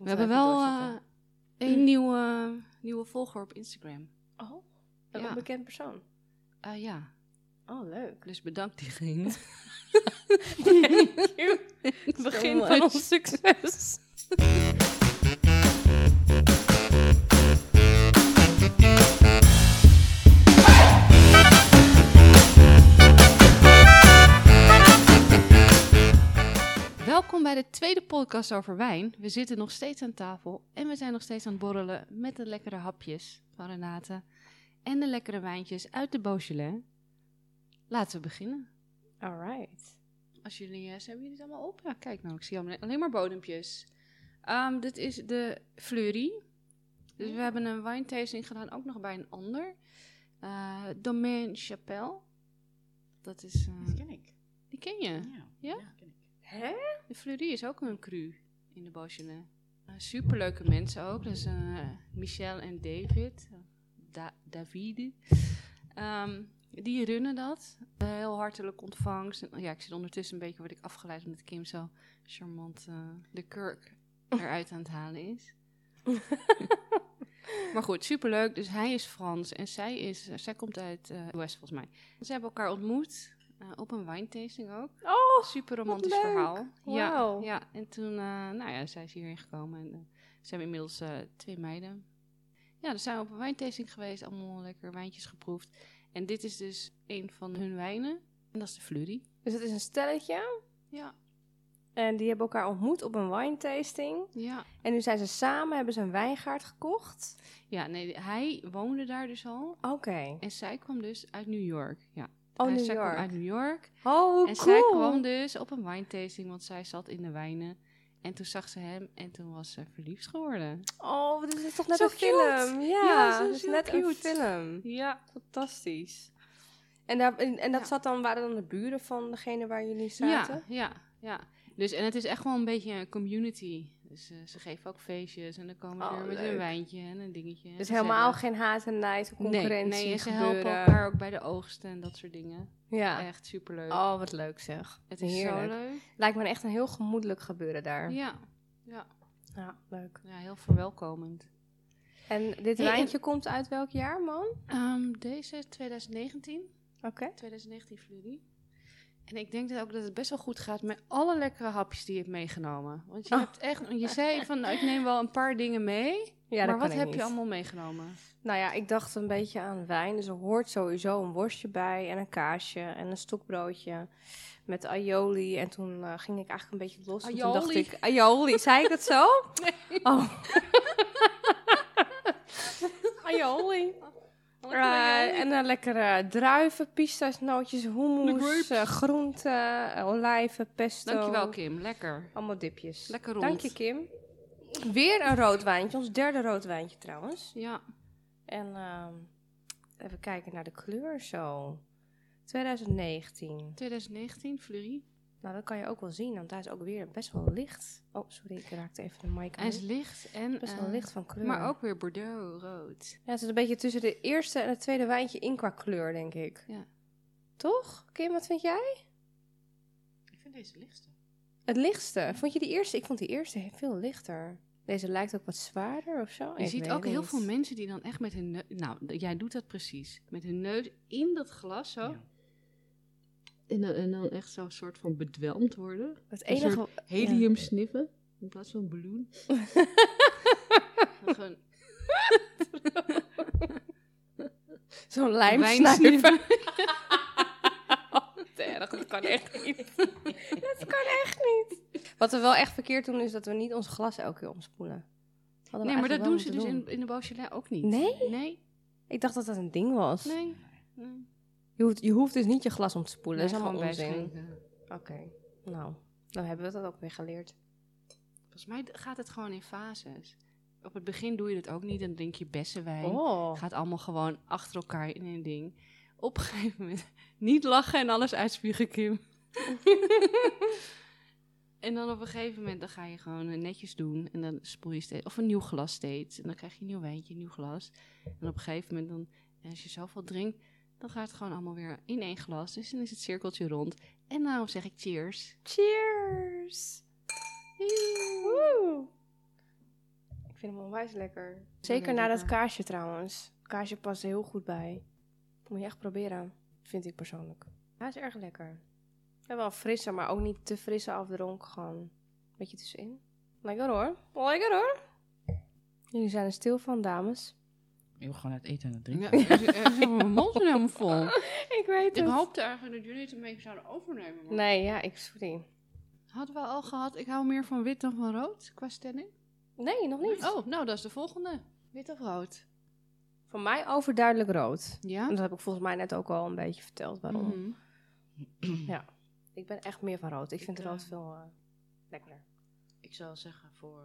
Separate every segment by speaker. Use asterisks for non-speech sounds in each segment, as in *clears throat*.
Speaker 1: We hebben wel eh een nieuwe, nieuwe volger op Instagram.
Speaker 2: oh, een
Speaker 1: ja.
Speaker 2: bekend persoon.
Speaker 1: Eh, ja,
Speaker 2: Oh, leuk.
Speaker 1: dus bedankt diegene.
Speaker 2: *laughs* Thank you. Het
Speaker 1: Zo
Speaker 2: begin
Speaker 1: much.
Speaker 2: van ons succes.
Speaker 1: Welkom bij de tweede podcast over wijn. We zitten nog steeds aan tafel en we zijn nog steeds aan het borrelen met de lekkere hapjes van Renate en de lekkere wijntjes uit de Beaujolais. Laten we beginnen.
Speaker 2: All right.
Speaker 1: Als jullie, eh, hebben jullie het allemaal op? Ja, kijk nou, ik zie allemaal- alleen maar bodempjes. Ehm, dit is de Fleury. Dus we hebben een wijntasting gedaan, ook nog bij een ander. Eh Domaine Chapelle. Dat is... eh,
Speaker 3: Dat ken ik.
Speaker 1: die ken je. Ja?
Speaker 3: ken ik.
Speaker 2: Hè?
Speaker 1: De Fleury is ook een cru in de Beaujolais. Eh, superleuke mensen ook. Dus eh, Michel en David. eh, Da Davide. Ehm, die runnen dat. Eh, heel hartelijk ontvangst. En, ja, ik zit ondertussen een beetje, word ik afgeleid omdat Kim zo charmant eh, de kurk
Speaker 2: Oh.
Speaker 1: eruit aan het halen
Speaker 2: *laughs*
Speaker 1: is. maar goed, superleuk. Dus hij is Frans en zij, is, zij komt uit eh de West volgens mij. Ze hebben elkaar ontmoet eh, op een wijntasting ook.
Speaker 2: Oh,
Speaker 1: Super romantisch
Speaker 2: leuk.
Speaker 1: verhaal. Ja,
Speaker 2: Wauw.
Speaker 1: ja, en toen, eh, nou ja, zij is hierheen gekomen en eh, ze hebben inmiddels eh, twee meiden. Ja, dus zijn we op een wijntasting geweest, allemaal lekker wijntjes geproefd. En dit is dus een van hun wijnen. En dat is de Fleury.
Speaker 2: dus het is een stelletje.
Speaker 1: Ja.
Speaker 2: En die hebben elkaar ontmoet op een wine tasting.
Speaker 1: Ja.
Speaker 2: En nu zijn ze samen, hebben ze een wijngaard gekocht.
Speaker 1: Ja, nee, hij woonde daar dus al.
Speaker 2: Oké.
Speaker 1: En zij kwam dus uit New York. Ja.
Speaker 2: Oh,
Speaker 1: Hij-
Speaker 2: New
Speaker 1: zij
Speaker 2: York.
Speaker 1: kwam uit New York.
Speaker 2: Oh, cool.
Speaker 1: en zij kwam dus op een wijntasting, want zij zat in de wijnen. En toen zag ze hem en toen was ze verliefd geworden.
Speaker 2: Oh, dit is toch net
Speaker 1: Zo
Speaker 2: een
Speaker 1: cute.
Speaker 2: film. Ja,
Speaker 1: Ja, zo-
Speaker 2: dit is
Speaker 1: zo
Speaker 2: net een
Speaker 1: cute.
Speaker 2: film.
Speaker 1: Ja.
Speaker 2: Fantastisch. En, daar, en, en dat
Speaker 1: Ja.
Speaker 2: zat dan, waren dan de buren van degene waar jullie zaten?
Speaker 1: Ja, ja, ja. Dus, en het is echt wel een beetje een community. Dus eh, ze geven ook feestjes en dan komen ze
Speaker 2: Oh,
Speaker 1: weer met
Speaker 2: leuk.
Speaker 1: een wijntje en een dingetje.
Speaker 2: Dus
Speaker 1: Ze
Speaker 2: helemaal
Speaker 1: zeggen-
Speaker 2: geen haat en nijd,
Speaker 1: Nee,
Speaker 2: concurrentie
Speaker 1: nee, ze
Speaker 2: gebeuren.
Speaker 1: helpen elkaar ook bij de oogsten en dat soort dingen.
Speaker 2: Ja.
Speaker 1: Echt superleuk.
Speaker 2: Oh, wat leuk zeg.
Speaker 1: het is
Speaker 2: heerlijk.
Speaker 1: zo leuk.
Speaker 2: Lijkt me echt een heel gemoedelijk gebeuren daar. Ja,
Speaker 1: Ja. Ja.
Speaker 2: leuk.
Speaker 1: ja, heel verwelkomend.
Speaker 2: En dit
Speaker 1: Hey,
Speaker 2: wijntje komt uit welk jaar, man?
Speaker 1: Ehm, deze is 2019.
Speaker 2: Oké.
Speaker 1: 2019 Fleury. En ik denk dat ook dat het best wel goed gaat met alle lekkere hapjes die je hebt meegenomen. Want je
Speaker 2: Oh.
Speaker 1: hebt echt, je zei van nou, ik neem wel een paar dingen mee.
Speaker 2: Ja, dat
Speaker 1: maar
Speaker 2: kan
Speaker 1: wat
Speaker 2: ik
Speaker 1: heb
Speaker 2: niet.
Speaker 1: je allemaal meegenomen?
Speaker 2: Nou ja, ik dacht een beetje aan wijn. Dus er hoort sowieso een worstje bij en een kaasje en een stokbroodje met aioli. En toen eh, ging ik eigenlijk een beetje los. want Toen dacht
Speaker 1: Aioli?
Speaker 2: ik, aioli, zei ik dat zo?
Speaker 1: *laughs*
Speaker 2: Oh. aioli. Eh, en een lekkere druiven, pista's, nootjes, hummus,
Speaker 1: grapes.
Speaker 2: eh, groenten, eh, olijven, pesto.
Speaker 1: Dankjewel, Kim. Lekker.
Speaker 2: Allemaal dipjes.
Speaker 1: Lekker rond.
Speaker 2: Dank je, Kim. Weer een rood wijntje. Ons derde rood wijntje trouwens.
Speaker 1: Ja,
Speaker 2: En ehm, even kijken naar de kleur zo. 2019.
Speaker 1: 2019, Fleury.
Speaker 2: Nou, dat kan je ook wel zien, want hij is ook weer best wel licht. Oh, sorry, ik raakte even de mic aan.
Speaker 1: Hij is licht en...
Speaker 2: best wel
Speaker 1: eh,
Speaker 2: licht van kleur.
Speaker 1: Maar ook weer Bordeaux rood.
Speaker 2: Ja, het is een beetje tussen de eerste en het tweede wijntje in qua kleur, denk ik.
Speaker 1: Ja.
Speaker 2: Toch? Kim, wat vind jij?
Speaker 3: Ik vind deze lichtste.
Speaker 1: Oh,
Speaker 2: Het lichtste. Vond je die eerste? Ik vond die eerste veel lichter. Deze lijkt ook wat zwaarder of zo.
Speaker 1: Je
Speaker 2: Ik
Speaker 1: ziet
Speaker 2: weet
Speaker 1: ook
Speaker 2: het
Speaker 1: heel
Speaker 2: niet.
Speaker 1: veel mensen die dan echt met hun neus... Nou, d- jij doet dat precies. Met hun neus in dat glas zo.
Speaker 3: Ja.
Speaker 1: En, dan, en dan echt zo'n soort van bedwelmd worden.
Speaker 2: Het
Speaker 1: Een
Speaker 2: enige...
Speaker 1: Helium sniffen. In plaats van *laughs* balloon. Gewoon
Speaker 2: Zo'n
Speaker 1: wijn
Speaker 2: lijmsnijper.
Speaker 1: *laughs* sniffen.
Speaker 2: Te erg, dat kan echt *laughs* niet. dat kan echt niet. Wat we wel echt verkeerd doen, is dat we niet ons glas elke keer omspoelen. Hadden we
Speaker 1: Nee, maar
Speaker 2: eigenlijk
Speaker 1: dat
Speaker 2: wel
Speaker 1: doen ze
Speaker 2: moeten
Speaker 1: dus in, in de Beaujolais ook niet.
Speaker 2: Nee?
Speaker 1: Nee.
Speaker 2: Ik dacht dat dat een ding was.
Speaker 1: Nee. nee.
Speaker 2: Je, hoeft, je hoeft dus niet je glas om te spoelen.
Speaker 1: Nee,
Speaker 2: dat is
Speaker 1: gewoon
Speaker 2: allemaal onzin.
Speaker 1: bijschenken.
Speaker 2: Oké, nou, dan hebben we dat ook weer geleerd.
Speaker 1: Volgens mij d- gaat het gewoon in fases. Op het begin doe je dat ook niet, dan drink je bessenwijn.
Speaker 2: Oh.
Speaker 1: Gaat allemaal gewoon achter elkaar in een ding. Op een gegeven moment *laughs* niet lachen en alles uitspugen, Kim. *laughs* en dan op een gegeven moment dan ga je gewoon eh, netjes doen. En dan spoel je steeds, of een nieuw glas steeds. En dan krijg je een nieuw wijntje, een nieuw glas. En op een gegeven moment, dan, en als je zoveel drinkt, dan gaat het gewoon allemaal weer in één glas. Dus dan is het cirkeltje rond. En nou daarom zeg ik cheers.
Speaker 2: Cheers! Woe. Ik vind hem onwijs lekker. Zeker na dat
Speaker 1: lekker.
Speaker 2: kaasje trouwens. Kaasje past er heel goed bij. Moet je echt proberen, vind ik persoonlijk. Hij is erg lekker. Ja, wel frisse, maar ook niet te frisse afdronk. Gewoon beetje tussenin. Lekker hoor. Lekker hoor. Jullie zijn er stil van, dames.
Speaker 3: Ik wil gewoon het eten en het drinken.
Speaker 1: Ja, ik zit- ik zit mijn mond is helemaal vol.
Speaker 2: Ik weet
Speaker 1: *laughs* Ik hoopte eigenlijk dat jullie het een beetje zouden overnemen. maar-
Speaker 2: Nee, ja, ik... Sorry.
Speaker 1: Hadden we al gehad, ik hou meer van wit dan van rood qua stelling?
Speaker 2: Nee, nog niet.
Speaker 1: Oh, nou, dat is de volgende. Wit of rood?
Speaker 2: Voor mij overduidelijk rood.
Speaker 1: Ja?
Speaker 2: En Dat heb ik volgens mij net ook al een beetje verteld waarom.
Speaker 1: Mhm.
Speaker 2: Ik ben echt meer van rood. Ik
Speaker 3: Ik,
Speaker 2: vind
Speaker 3: eh,
Speaker 2: rood veel eh, lekkerder.
Speaker 3: Ik zou zeggen voor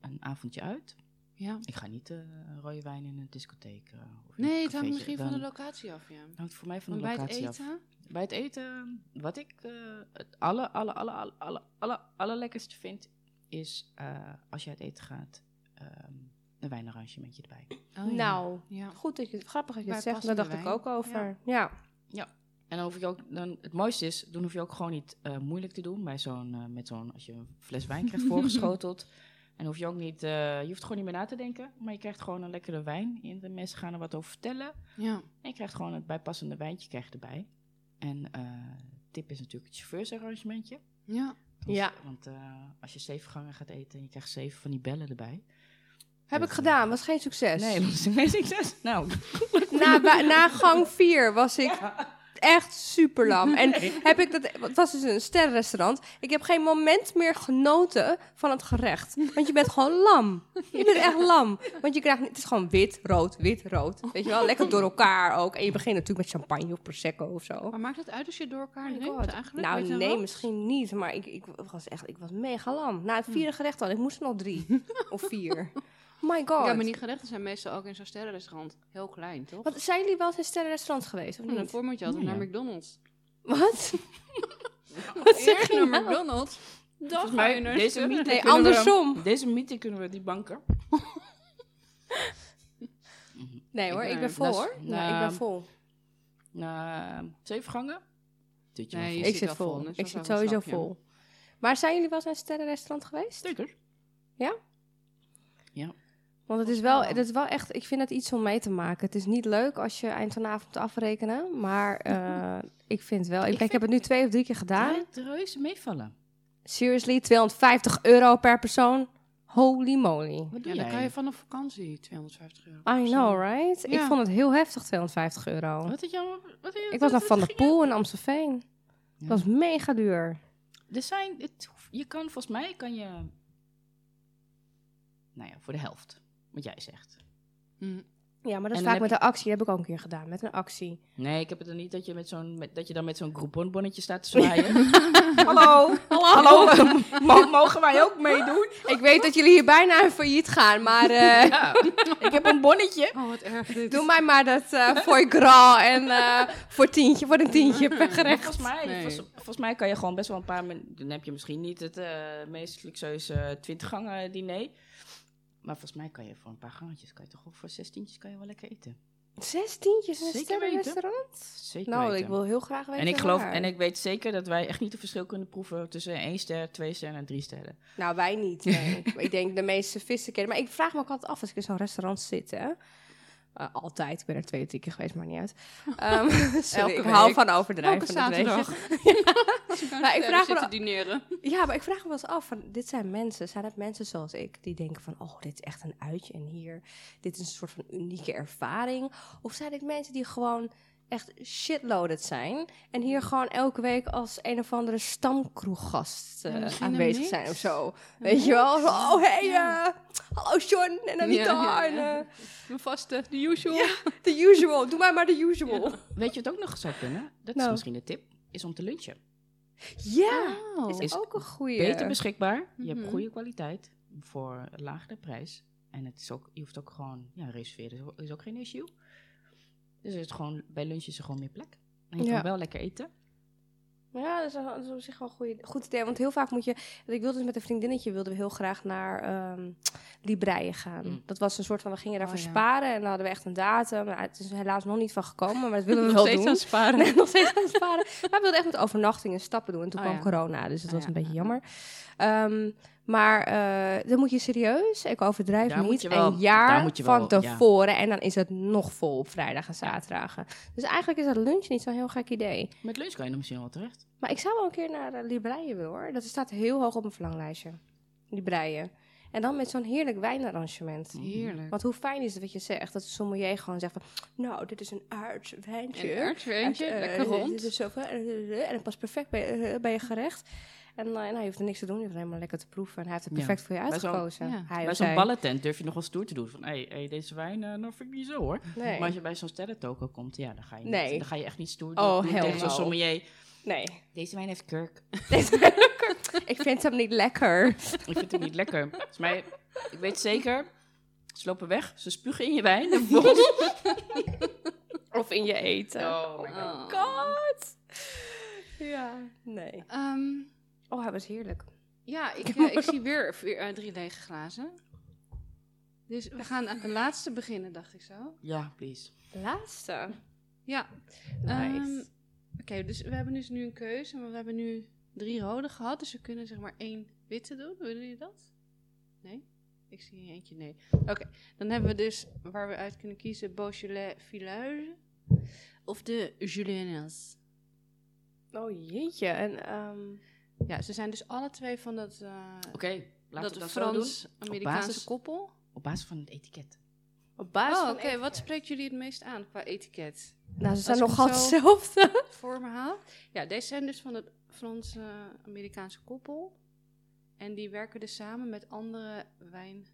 Speaker 3: eh, een avondje uit.
Speaker 1: Ja.
Speaker 3: Ik ga niet eh, rode wijn in een discotheek. eh, of in
Speaker 1: Nee,
Speaker 3: een
Speaker 1: het hangt
Speaker 3: cafeetje.
Speaker 1: misschien van de
Speaker 3: Dan-
Speaker 1: locatie af, ja.
Speaker 3: hangt voor mij van
Speaker 1: Want
Speaker 3: de
Speaker 1: bij het
Speaker 3: locatie af.
Speaker 1: eten,
Speaker 3: Bij het eten, wat ik eh, het alle, alle, alle, alle, alle, alle, allerlekkerste vind, is eh, als je uit eten gaat, ehm, een wijnarrangementje erbij.
Speaker 1: Oh, ja.
Speaker 2: Nou,
Speaker 1: Ja.
Speaker 2: goed dat je het grappig dat je het
Speaker 1: Bij
Speaker 2: zegt. Daar dacht
Speaker 1: passende
Speaker 2: ik ook over. Ja. ja.
Speaker 3: En dan hoef je ook, dan, het mooiste is, dan hoef je ook gewoon niet eh, moeilijk te doen bij zo'n, eh, met zo'n, als je een fles wijn
Speaker 1: *laughs*
Speaker 3: krijgt voorgeschoteld. En hoef je ook niet, eh, je hoeft gewoon niet meer na te denken, maar je krijgt gewoon een lekkere wijn. En de mensen gaan er wat over vertellen.
Speaker 1: Ja.
Speaker 3: En je krijgt gewoon het bijpassende wijntje krijg je erbij. En eh, tip is natuurlijk het chauffeursarrangementje.
Speaker 1: ja.
Speaker 3: Dat is-
Speaker 2: Ja.
Speaker 3: Want eh, als je zeven gangen gaat eten en je krijgt zeven van die bellen erbij.
Speaker 2: Heb ik gedaan, was geen succes. *laughs*
Speaker 3: Nee, dat is geen succes. Nou,
Speaker 2: Na, ba- na gang 4 was ik echt super
Speaker 1: *laughs*
Speaker 2: lam. En heb ik dat, het was dus een sterrenrestaurant. Ik heb geen moment meer genoten van het gerecht. Want je bent gewoon lam. Je bent echt lam. Want je krijgt, niet- het is gewoon wit, rood, wit, rood. Weet je wel, lekker door elkaar ook. En je begint natuurlijk met champagne of prosecco of zo.
Speaker 1: Maar maakt het uit als je door elkaar
Speaker 2: Oh my
Speaker 1: neemt
Speaker 2: God.
Speaker 1: eigenlijk?
Speaker 2: Nou,
Speaker 1: Weet je
Speaker 2: nee,
Speaker 1: wel?
Speaker 2: misschien niet. Maar ik, ik was echt, ik was mega lam. Na het vierde gerecht al, ik moest er nog drie of vier. My god.
Speaker 1: Ja, maar die gerechten zijn meestal ook in zo'n sterrenrestaurant heel klein, toch?
Speaker 2: Wat, zijn jullie wel eens in sterrenrestaurants geweest, of
Speaker 1: Een
Speaker 2: niet?
Speaker 1: voormondje altijd
Speaker 3: Ja,
Speaker 1: naar
Speaker 3: ja.
Speaker 1: McDonald's.
Speaker 2: Wat? Wat zeg
Speaker 1: Eerst
Speaker 2: je
Speaker 1: naar
Speaker 2: nou?
Speaker 1: McDonald's, dan
Speaker 3: volgens
Speaker 1: ga je
Speaker 3: mij,
Speaker 1: naar
Speaker 3: deze
Speaker 1: een
Speaker 3: meeting,
Speaker 2: Nee,
Speaker 3: kunnen we-
Speaker 2: andersom.
Speaker 3: deze meeting kunnen we die banken.
Speaker 2: Nee hoor,
Speaker 1: Ik
Speaker 2: ik
Speaker 1: ben-
Speaker 2: ben vol
Speaker 3: dat is-
Speaker 2: hoor. Nou, ik
Speaker 3: nou,
Speaker 2: ben vol.
Speaker 3: Na zeven gangen. Zit je
Speaker 1: Nee,
Speaker 3: wel
Speaker 1: je
Speaker 3: vol.
Speaker 2: Ik zit
Speaker 1: zit al vol,
Speaker 2: vol.
Speaker 1: net
Speaker 2: Ik
Speaker 1: zoals
Speaker 2: zit
Speaker 1: elke
Speaker 2: sowieso
Speaker 1: stapje.
Speaker 2: vol. Maar zijn jullie wel eens naar een sterrenrestaurant geweest?
Speaker 3: Zeker.
Speaker 2: Want het is wel, het is wel echt, ik vind het iets om mee te maken. Het is niet leuk als je eind van de avond moet afrekenen. Maar eh, ik vind wel, ik, denk, ik heb het nu twee of drie keer gedaan.
Speaker 3: Daar de reuze meevallen.
Speaker 2: Seriously, 250 euro per persoon. Holy moly.
Speaker 3: Wat doe
Speaker 1: Ja, dan
Speaker 3: jij?
Speaker 1: kan je vanaf vakantie 250 euro.
Speaker 2: I know, right? Ik
Speaker 1: Ja.
Speaker 2: vond het heel heftig, 250 euro.
Speaker 3: Wat had jij allemaal- wat had je-
Speaker 2: Ik was
Speaker 3: wat-
Speaker 2: naar Van
Speaker 3: wat
Speaker 2: der
Speaker 3: ging
Speaker 2: Poel in Amstelveen.
Speaker 3: Ja.
Speaker 2: Dat was mega duur.
Speaker 3: je- Er zijn, het, hoeft- je kan volgens mij, kan je, nou ja, voor de helft. Wat jij zegt.
Speaker 1: Hm.
Speaker 2: Ja, maar dat
Speaker 3: En
Speaker 2: is
Speaker 3: dan
Speaker 2: vaak
Speaker 3: heb
Speaker 2: met een actie. Dat heb ik ook een keer gedaan, met een *laughs* actie.
Speaker 3: Nee, ik heb het er niet dat je, met zo'n, met, dat je dan met zo'n groupon-bonnetje staat te zwaaien.
Speaker 2: Hallo,
Speaker 3: Hallo,
Speaker 2: *laughs*
Speaker 3: mo- mogen wij ook meedoen?
Speaker 2: Ik weet dat jullie hier bijna aan failliet gaan, maar *laughs* eh,
Speaker 3: Ja, ik heb een bonnetje.
Speaker 1: Oh, wat
Speaker 2: *laughs*
Speaker 1: erg dit.
Speaker 2: doe mij maar dat eh voor gras en eh, voor, tientje, voor een tientje per
Speaker 3: Maar
Speaker 2: gerecht.
Speaker 3: Volgens mij,
Speaker 1: Nee.
Speaker 3: volgens, volgens mij kan je gewoon best wel een paar min- Dan heb je misschien niet het eh, meest luxueuze 20 gangen diner. Maar volgens mij kan je voor een paar gangetjes, kan je toch ook voor zestientjes kan je wel lekker eten.
Speaker 2: Zes tientjes in een
Speaker 3: Zeker
Speaker 2: sterrenrestaurant?
Speaker 3: Zeker
Speaker 2: Nou,
Speaker 3: weten.
Speaker 2: ik wil heel graag weten
Speaker 3: en ik geloof
Speaker 2: waar.
Speaker 3: en ik weet zeker dat wij echt niet het verschil kunnen proeven tussen één ster, twee sterren en drie sterren.
Speaker 2: Nou, wij niet.
Speaker 1: *laughs*
Speaker 2: nee. Maar ik denk de meeste vissen kennen. Maar ik vraag me ook altijd af als ik in zo'n restaurant zit, hè. Eh, altijd. Ik ben er twee, drie keer geweest, maar niet
Speaker 1: *laughs*
Speaker 2: uit. Ehm, *laughs* sorry,
Speaker 1: Elke
Speaker 2: ik hou
Speaker 1: week.
Speaker 2: van overdrijven.
Speaker 1: Elke
Speaker 2: dat weet je. *laughs*
Speaker 1: zaterdag. *laughs* Als je kan
Speaker 2: Maar Nou, ik
Speaker 1: sterren
Speaker 2: vraag me
Speaker 1: zitten
Speaker 2: af-
Speaker 1: dineren.
Speaker 2: Ja, maar ik vraag me wel eens af, van, dit zijn mensen, zijn het mensen zoals ik, die denken van, oh, dit is echt een uitje en hier, dit is een soort van unieke ervaring. Of zijn dit mensen die gewoon echt shitloaded zijn en hier gewoon elke week als een of andere stamkroeggast eh,
Speaker 1: Ja, misschien een
Speaker 2: aanwezig
Speaker 1: mix.
Speaker 2: zijn of zo. *laughs* Weet je wel? Zo, oh, hey, eh, hallo John en Anita
Speaker 1: Ja, ja,
Speaker 2: en
Speaker 1: ja.
Speaker 2: eh,
Speaker 1: Mijn vaste, the usual.
Speaker 2: the usual, doe mij maar the usual. Ja,
Speaker 3: Weet je wat ook nog zou kunnen? Dat is
Speaker 2: Nou.
Speaker 3: misschien de tip. Is om te lunchen.
Speaker 1: Oh.
Speaker 2: is
Speaker 3: Is
Speaker 2: ook een goeie.
Speaker 3: Beter beschikbaar. Je hebt
Speaker 1: Mhm.
Speaker 3: goede kwaliteit voor een lagere prijs. En het is ook, je hoeft ook gewoon, ja, reserveren is- is ook geen issue. Dus het is gewoon, bij lunch is er gewoon meer plek. En je
Speaker 2: Ja.
Speaker 3: kan wel lekker eten.
Speaker 2: Ja, dat is, dat is op zich wel een goeie- goed idee. Want heel vaak moet je... Ik wilde dus met een vriendinnetje wilden we heel graag naar ehm Libreien gaan.
Speaker 3: Mm.
Speaker 2: Dat was een soort van... We gingen daarvoor
Speaker 1: Oh, ja.
Speaker 2: sparen en dan hadden we echt een datum. Nou, het is helaas nog niet van gekomen, maar dat willen we
Speaker 1: Nog
Speaker 2: wel
Speaker 1: steeds
Speaker 2: doen.
Speaker 1: aan sparen.
Speaker 2: *laughs* Nee, nog steeds aan sparen. Maar we wilden echt met overnachtingen stappen doen. En toen
Speaker 1: Oh,
Speaker 2: kwam
Speaker 1: ja.
Speaker 2: corona, dus dat
Speaker 1: Ah,
Speaker 2: was
Speaker 1: ja.
Speaker 2: een beetje jammer. Ehm, Maar eh, dan moet je serieus, ik overdrijf
Speaker 3: Daar moet
Speaker 2: niet,
Speaker 3: je wel-
Speaker 2: een jaar
Speaker 3: daar moet je wel,
Speaker 2: van
Speaker 3: ja.
Speaker 2: tevoren. En dan is het nog vol op vrijdag en zaterdagen. Dus eigenlijk is dat lunch niet zo'n heel gek idee.
Speaker 3: Met lunch kan je er misschien wel terecht.
Speaker 2: Maar ik zou wel een keer naar eh, Libraaien willen hoor. Dat staat heel hoog op mijn verlanglijstje. Libraaien. En dan met zo'n heerlijk wijnarrangement.
Speaker 1: Heerlijk.
Speaker 2: Want hoe fijn is het wat je zegt, dat de sommelier gewoon zegt van... Nou, dit is een aards wijntje.
Speaker 1: Een aardwijntje,
Speaker 2: Uit, eh,
Speaker 1: lekker
Speaker 2: dit
Speaker 1: rond.
Speaker 2: is zoveel, eh, eh, eh, en het past perfect bij, eh, bij je gerecht. En eh, nou, je hoeft er niks te doen, je hoeft helemaal lekker te proeven. En hij heeft het
Speaker 3: Ja.
Speaker 2: perfect voor je
Speaker 3: Bij zo'n-
Speaker 2: uitgekozen.
Speaker 1: ja,
Speaker 2: Hij
Speaker 3: bij
Speaker 2: of
Speaker 3: zo'n
Speaker 2: zij.
Speaker 3: ballentent durf je nog wel stoer te doen. Van, hé, hey, hey, deze wijn, eh nou vind ik niet zo hoor.
Speaker 2: Nee.
Speaker 3: Maar als je bij zo'n sterrentoko komt, ja, dan ga je, niet-
Speaker 2: Nee.
Speaker 3: dan ga je echt niet stoer
Speaker 2: Oh,
Speaker 3: doen
Speaker 2: hell
Speaker 3: tegen zo'n
Speaker 2: no.
Speaker 3: sommelier.
Speaker 2: nee. *laughs*
Speaker 3: Deze wijn heeft kurk. *laughs*
Speaker 2: ik vind hem niet lekker.
Speaker 3: Ik vind het niet lekker. Volgens mij, ik weet zeker, ze lopen weg, ze spugen in je wijn. *laughs* en vervolgens-
Speaker 2: Of in je eten.
Speaker 3: Oh my god.
Speaker 1: Oh.
Speaker 2: God! Ja, nee.
Speaker 1: Ehm,
Speaker 2: Oh, hij was heerlijk.
Speaker 1: ja, ik, eh, ik zie weer, weer, eh, drie lege glazen. Dus we gaan aan de laatste beginnen, dacht ik zo.
Speaker 3: Ja, please.
Speaker 2: Laatste.
Speaker 1: Ja.
Speaker 2: Nice.
Speaker 1: Ehm, Oké, dus we hebben dus nu een keuze, maar we hebben nu drie rode gehad, dus we kunnen zeg maar één witte doen. Willen jullie dat? Nee? Ik zie hier eentje nee. Oké, dan hebben we dus waar we uit kunnen kiezen Beaujolais Village of de Juliennes.
Speaker 2: Oh jeetje. En, ehm,
Speaker 1: Ja, ze zijn dus alle twee van dat, eh,
Speaker 3: Oké, laten we
Speaker 1: dat
Speaker 3: dat zo doen. Op
Speaker 1: Frans-Amerikaanse
Speaker 3: basis-
Speaker 1: koppel.
Speaker 3: Op basis van het etiket.
Speaker 2: op basis
Speaker 1: Oh,
Speaker 2: van
Speaker 1: oké, wat spreekt jullie het meest aan qua etiket?
Speaker 2: Nou, ze zijn
Speaker 1: ik
Speaker 2: nogal
Speaker 1: het zo-
Speaker 2: hetzelfde. *laughs*
Speaker 1: voor me haal. Ja, deze zijn dus van het Franse-Amerikaanse koppel. En die werken dus samen met andere wijn,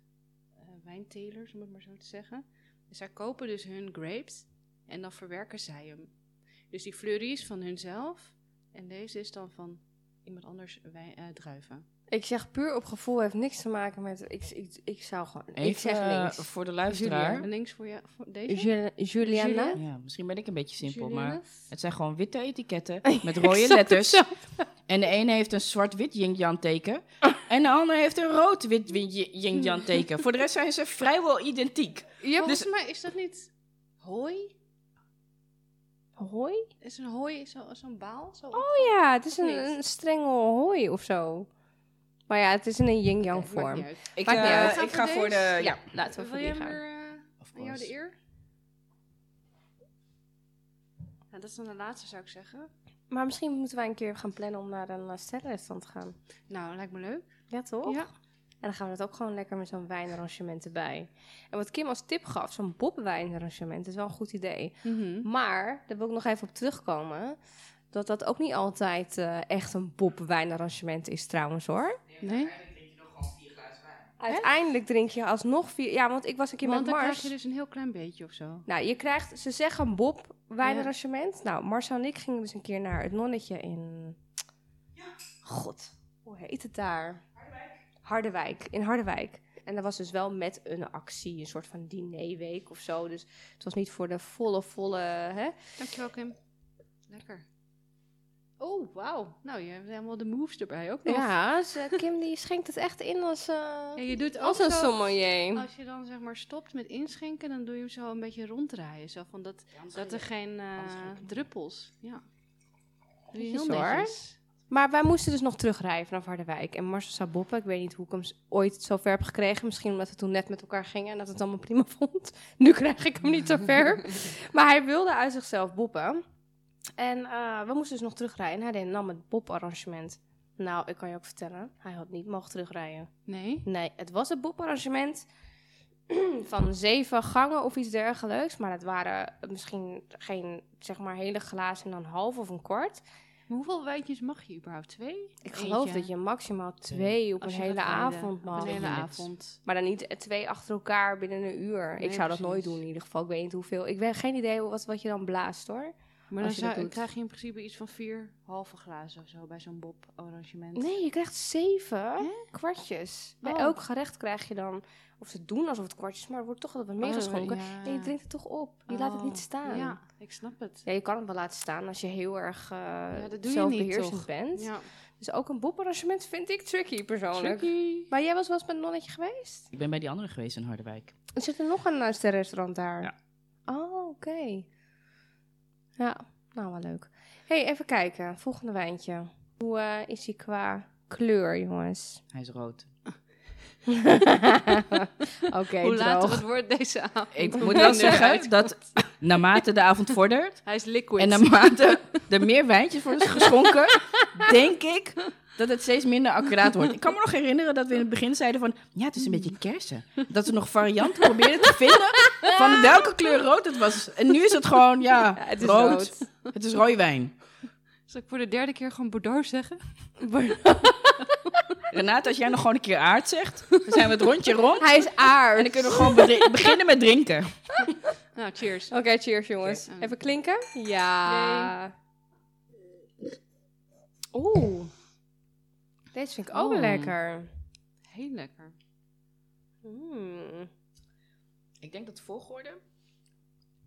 Speaker 1: eh, wijntelers, om het maar zo te zeggen. Dus zij kopen dus hun grapes en dan verwerken zij hem. Dus die fleurie is van hunzelf en deze is dan van iemand anders wij- eh, druiven.
Speaker 2: Ik zeg puur op gevoel, heeft niks te maken met... Ik, ik, ik zou gewoon... ik zeg
Speaker 3: eh,
Speaker 2: links.
Speaker 3: voor de luisteraar.
Speaker 1: Julia, links voor je, voor deze?
Speaker 2: Jul- Juliana?
Speaker 1: Julia?
Speaker 3: Ja, misschien ben ik een beetje simpel, maar
Speaker 1: Juliennes?
Speaker 3: het zijn gewoon witte *laughs* etiketten met
Speaker 2: Ik
Speaker 3: rode
Speaker 2: snap
Speaker 3: letters.
Speaker 2: het
Speaker 3: En de ene heeft een zwart-wit yin-yang teken. *laughs* En de ander heeft een rood-wit yin-yang teken. Voor de rest zijn ze vrijwel identiek.
Speaker 1: Ja, volgens
Speaker 2: dus-
Speaker 1: mij is dat niet hooi?
Speaker 2: zo. Hoi?
Speaker 1: Is een hooi is zo- zo'n baal? Zo
Speaker 2: Oh ja, het is een,
Speaker 1: Niet.
Speaker 2: een strengel hoi of zo. Maar ja, het is in een yin-yang
Speaker 1: Oké, maakt
Speaker 2: vorm.
Speaker 1: niet uit.
Speaker 3: Ik,
Speaker 2: Maakt niet
Speaker 3: eh,
Speaker 2: uit.
Speaker 1: We gaan
Speaker 3: ik ga
Speaker 1: voor
Speaker 3: voor de...
Speaker 1: deze.
Speaker 3: Ja,
Speaker 2: Laten we voor
Speaker 1: Wil
Speaker 2: die
Speaker 1: jij
Speaker 2: gaan.
Speaker 1: weer eh,
Speaker 3: Of
Speaker 1: aan jou de
Speaker 3: course.
Speaker 1: eer? Nou, dat is dan de laatste, zou ik zeggen.
Speaker 2: Maar misschien moeten wij een keer gaan plannen om naar een eh, sterrenrestaurant te gaan.
Speaker 1: Nou, lijkt me leuk.
Speaker 2: Ja, toch?
Speaker 1: Ja.
Speaker 2: En dan gaan we dat ook gewoon lekker met zo'n wijnarrangement erbij. En wat Kim als tip gaf, zo'n bobwijnarrangement, is wel een goed idee. Maar, daar wil ik nog even op terugkomen, dat dat ook niet altijd eh, echt een bobwijnarrangement is trouwens hoor.
Speaker 1: Nee?
Speaker 2: Uiteindelijk drink je alsnog vier... Ja, want ik was een keer
Speaker 1: Want
Speaker 2: met
Speaker 1: dan
Speaker 2: Mars.
Speaker 1: krijg je dus een heel klein beetje of zo.
Speaker 2: Nou, je krijgt, ze zeggen een Bob wijnarrangement. Nou, Marcel en ik gingen dus een keer naar het nonnetje in. God, hoe heet het daar? Harderwijk. In Harderwijk. En dat was dus wel met een actie, een soort van dinerweek of zo. Dus het was niet voor de volle, volle. Hè?
Speaker 1: Dankjewel, Kim. Lekker. Oh, wauw. Nou, je hebt helemaal de moves erbij ook nog.
Speaker 2: Ja, ze- Kim die schenkt het echt in als, eh,
Speaker 1: En je doet ook
Speaker 2: als een
Speaker 1: zo...
Speaker 2: sommelier.
Speaker 1: Als je dan zeg maar stopt met inschenken, dan doe je hem zo een beetje ronddraaien. Zo van dat, dat er geen eh,
Speaker 3: Anders ga ik-
Speaker 1: druppels... Ja. Doe je
Speaker 2: Netjes,
Speaker 1: heel
Speaker 2: hoor.
Speaker 1: netjes.
Speaker 2: Maar wij moesten dus nog terugrijden vanaf Harderwijk. En Marcel zou boppen. Ik weet niet hoe ik hem s- ooit zo ver heb gekregen. Misschien omdat we toen net met elkaar gingen en dat het allemaal prima *laughs* vond. Nu krijg ik hem niet zo ver. maar hij wilde uit zichzelf boppen. En eh, we moesten dus nog terugrijden. En hij deed, nam het bobarrangement. Nou, ik kan je ook vertellen, hij had niet mogen terugrijden.
Speaker 1: Nee?
Speaker 2: Nee, het was het bobarrangement *clears throat* van zeven gangen of iets dergelijks. Maar het waren misschien geen, zeg maar, hele glazen en dan half of een kwart.
Speaker 1: Maar hoeveel wijntjes mag je überhaupt? Twee?
Speaker 2: Ik geloof
Speaker 1: Eentje.
Speaker 2: dat je maximaal
Speaker 3: Twee.
Speaker 2: twee op een
Speaker 1: Als je
Speaker 2: hele
Speaker 1: gaat rijden.
Speaker 2: avond
Speaker 1: Op
Speaker 2: mag.
Speaker 1: Een hele
Speaker 3: Minutes.
Speaker 1: avond.
Speaker 2: Maar dan niet eh, twee achter elkaar binnen een uur. ik
Speaker 1: Nee,
Speaker 2: zou dat
Speaker 1: precies.
Speaker 2: nooit doen in ieder geval. Ik weet niet hoeveel. Ik heb geen idee hoe- wat, wat je dan blaast hoor.
Speaker 1: Maar
Speaker 2: Als je
Speaker 1: dan
Speaker 2: dat
Speaker 1: zou-
Speaker 2: doet.
Speaker 1: krijg je in principe iets van vier halve glazen of zo bij zo'n Bob-arrangement.
Speaker 2: Nee, je krijgt zeven
Speaker 1: Hè?
Speaker 2: kwartjes. Bij
Speaker 1: Oh.
Speaker 2: elk gerecht krijg je dan... Of ze doen alsof het kwartjes, maar er wordt toch wel wat meer geschonken.
Speaker 1: Oh, ja.
Speaker 2: En je drinkt het toch op. Je laat het
Speaker 1: Oh,
Speaker 2: niet staan.
Speaker 1: Ja, ik snap het.
Speaker 2: Ja, je kan het wel laten staan als je heel erg eh
Speaker 1: dat doe je niet,
Speaker 2: zelfbeheersend
Speaker 1: toch?
Speaker 2: bent.
Speaker 1: Ja.
Speaker 2: Dus ook een bobarrangement vind ik tricky persoonlijk.
Speaker 1: Tricky.
Speaker 2: Maar jij was wel eens met een nonnetje geweest?
Speaker 3: Ik ben bij die andere geweest in Harderwijk.
Speaker 2: Er Zit er nog een eh, sterrenrestaurant daar?
Speaker 3: Ja.
Speaker 2: Oh, oké. Ja, nou wel leuk. hey, even
Speaker 3: *laughs*
Speaker 2: kijken. Volgende wijntje. Hoe eh, is hij qua kleur, jongens?
Speaker 3: Hij is rood.
Speaker 4: Oké,
Speaker 1: Hoe later
Speaker 4: droog.
Speaker 1: het wordt deze avond.
Speaker 3: Ik
Speaker 1: hoe
Speaker 3: moet wel
Speaker 1: minder
Speaker 3: zeggen
Speaker 1: uit-
Speaker 3: dat naarmate de avond vordert
Speaker 1: Hij is liquid.
Speaker 3: en
Speaker 1: *laughs*
Speaker 3: naarmate er meer wijntjes worden geschonken, denk ik dat het steeds minder accuraat wordt. Ik kan me nog herinneren dat we in het begin zeiden van, ja, het is een beetje kersen. Dat we nog varianten probeerden te vinden van welke kleur rood het was. En nu is het gewoon, ja,
Speaker 1: Ja, het is
Speaker 3: rood.
Speaker 1: rood.
Speaker 3: Het is rooiwijn.
Speaker 1: Zal ik voor de derde keer gewoon
Speaker 2: *laughs*
Speaker 1: Bordeaux zeggen?
Speaker 3: Renate, als jij nog gewoon een keer aard zegt, dan zijn we het rondje rond.
Speaker 2: Hij is aard.
Speaker 3: En dan kunnen we gewoon be- beginnen met drinken.
Speaker 1: Nou, cheers.
Speaker 2: *laughs* Oké, cheers jongens.
Speaker 1: Oké.
Speaker 2: Even klinken? Ja. Oeh. Deze vind ik ook
Speaker 3: Mm.
Speaker 2: lekker.
Speaker 1: Heel lekker.
Speaker 2: Mm.
Speaker 3: Ik denk dat de volgorde...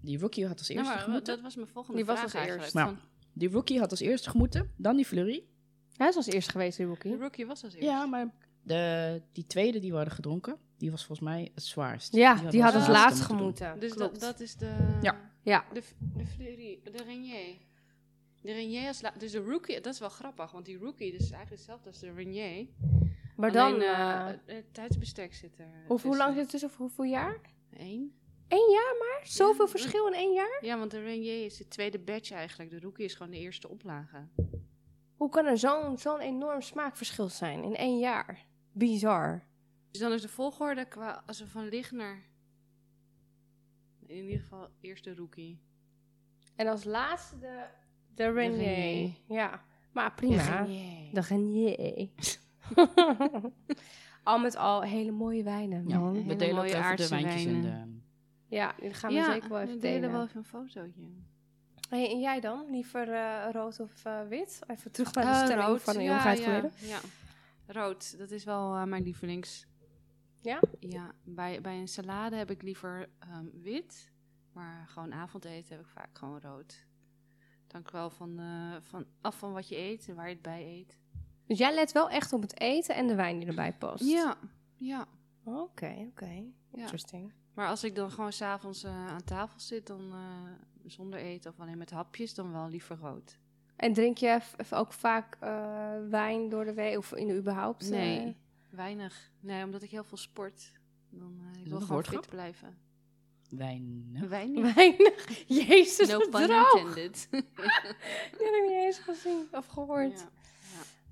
Speaker 3: Die rookie had als
Speaker 1: Nou,
Speaker 3: eerste
Speaker 1: maar,
Speaker 3: gemoeten.
Speaker 1: Nou, dat was mijn volgende
Speaker 2: Die was als
Speaker 1: vraag
Speaker 2: eerst.
Speaker 1: eigenlijk.
Speaker 3: Nou. Die rookie had als eerste gemoeten, dan die Fleury.
Speaker 2: Hij is als eerste geweest, die
Speaker 1: Van,
Speaker 2: boekie.
Speaker 1: Rocky was als eerst.
Speaker 3: Ja, maar de, die tweede die we hadden gedronken, die was volgens mij het zwaarst.
Speaker 2: Ja, die had als
Speaker 1: als
Speaker 2: laatst
Speaker 1: laatste
Speaker 3: moeten doen.
Speaker 2: gemoeten.
Speaker 1: Dus
Speaker 2: Klopt.
Speaker 1: dat, dat is de...
Speaker 3: Ja.
Speaker 2: Ja.
Speaker 1: De, f- de Fleury, de Renier. De Renier is la- Dus de rookie, dat is wel grappig, want die rookie is eigenlijk hetzelfde als de Renier.
Speaker 2: maar dan,
Speaker 1: Alleen,
Speaker 2: eh,
Speaker 1: eh, het tijdsbestek zit er.
Speaker 2: hoe, hoe lang zit het tussen? Of hoeveel jaar?
Speaker 1: Eén.
Speaker 2: Eén jaar maar? Zoveel
Speaker 1: Ja.
Speaker 2: verschil in één jaar?
Speaker 1: Ja, want de Renier is de tweede batch eigenlijk. De rookie is gewoon de eerste oplage.
Speaker 2: Hoe kan er zo'n zo'n enorm smaakverschil zijn in één jaar? Bizar.
Speaker 1: Dus dan is de volgorde qua, als we van Ligner... In ieder geval eerst de rookie.
Speaker 2: En als laatste de, de
Speaker 1: Renier.
Speaker 2: Renier. Ja, maar prima.
Speaker 1: Renier.
Speaker 2: De Renier. *laughs* al met al hele mooie wijnen.
Speaker 3: Ja,
Speaker 2: Ja,
Speaker 3: we
Speaker 1: Hele
Speaker 3: delen ook
Speaker 1: mooie
Speaker 3: even de
Speaker 1: aardse
Speaker 3: wijntjes in de...
Speaker 1: wijnen.
Speaker 2: ja die gaan we
Speaker 1: ja,
Speaker 2: zeker wel even
Speaker 1: we delen
Speaker 2: delen.
Speaker 1: wel even een fotootje.
Speaker 2: Hey, en jij dan? Liever eh, rood of eh, wit? Even terug naar de
Speaker 1: Eh,
Speaker 2: stelling
Speaker 1: rood,
Speaker 2: van een
Speaker 1: ja,
Speaker 2: eeuwigheid
Speaker 1: ja,
Speaker 2: geleden.
Speaker 1: Ja. Rood, dat is wel eh, mijn lievelings.
Speaker 2: Ja?
Speaker 1: Ja, bij, bij een salade heb ik liever ehm, wit, maar gewoon avondeten heb ik vaak gewoon rood. Dank wel van, eh, van af van wat je eet en waar je het bij eet.
Speaker 2: Dus jij let wel echt op het eten en de wijn die erbij past.
Speaker 1: Ja, ja.
Speaker 2: Oké, oké. Interesting.
Speaker 1: Maar als ik dan gewoon s'avonds eh aan tafel zit, dan eh, zonder eten of alleen met hapjes, dan wel liever rood.
Speaker 2: En drink je v- v- ook vaak eh, wijn door de week of in de überhaupt? eh,
Speaker 1: Nee, weinig. Nee, omdat ik heel veel sport. Dan, eh, ik
Speaker 3: dat
Speaker 1: wil
Speaker 3: een
Speaker 1: gewoon
Speaker 3: woordgrap?
Speaker 1: fit blijven.
Speaker 3: Wijn.
Speaker 2: *laughs*
Speaker 1: Weinig.
Speaker 2: Weinig. Jezus,
Speaker 1: No
Speaker 2: wat
Speaker 1: pun
Speaker 2: droog.
Speaker 1: intended.
Speaker 2: Dat heb ik niet eens gezien of gehoord. Ja.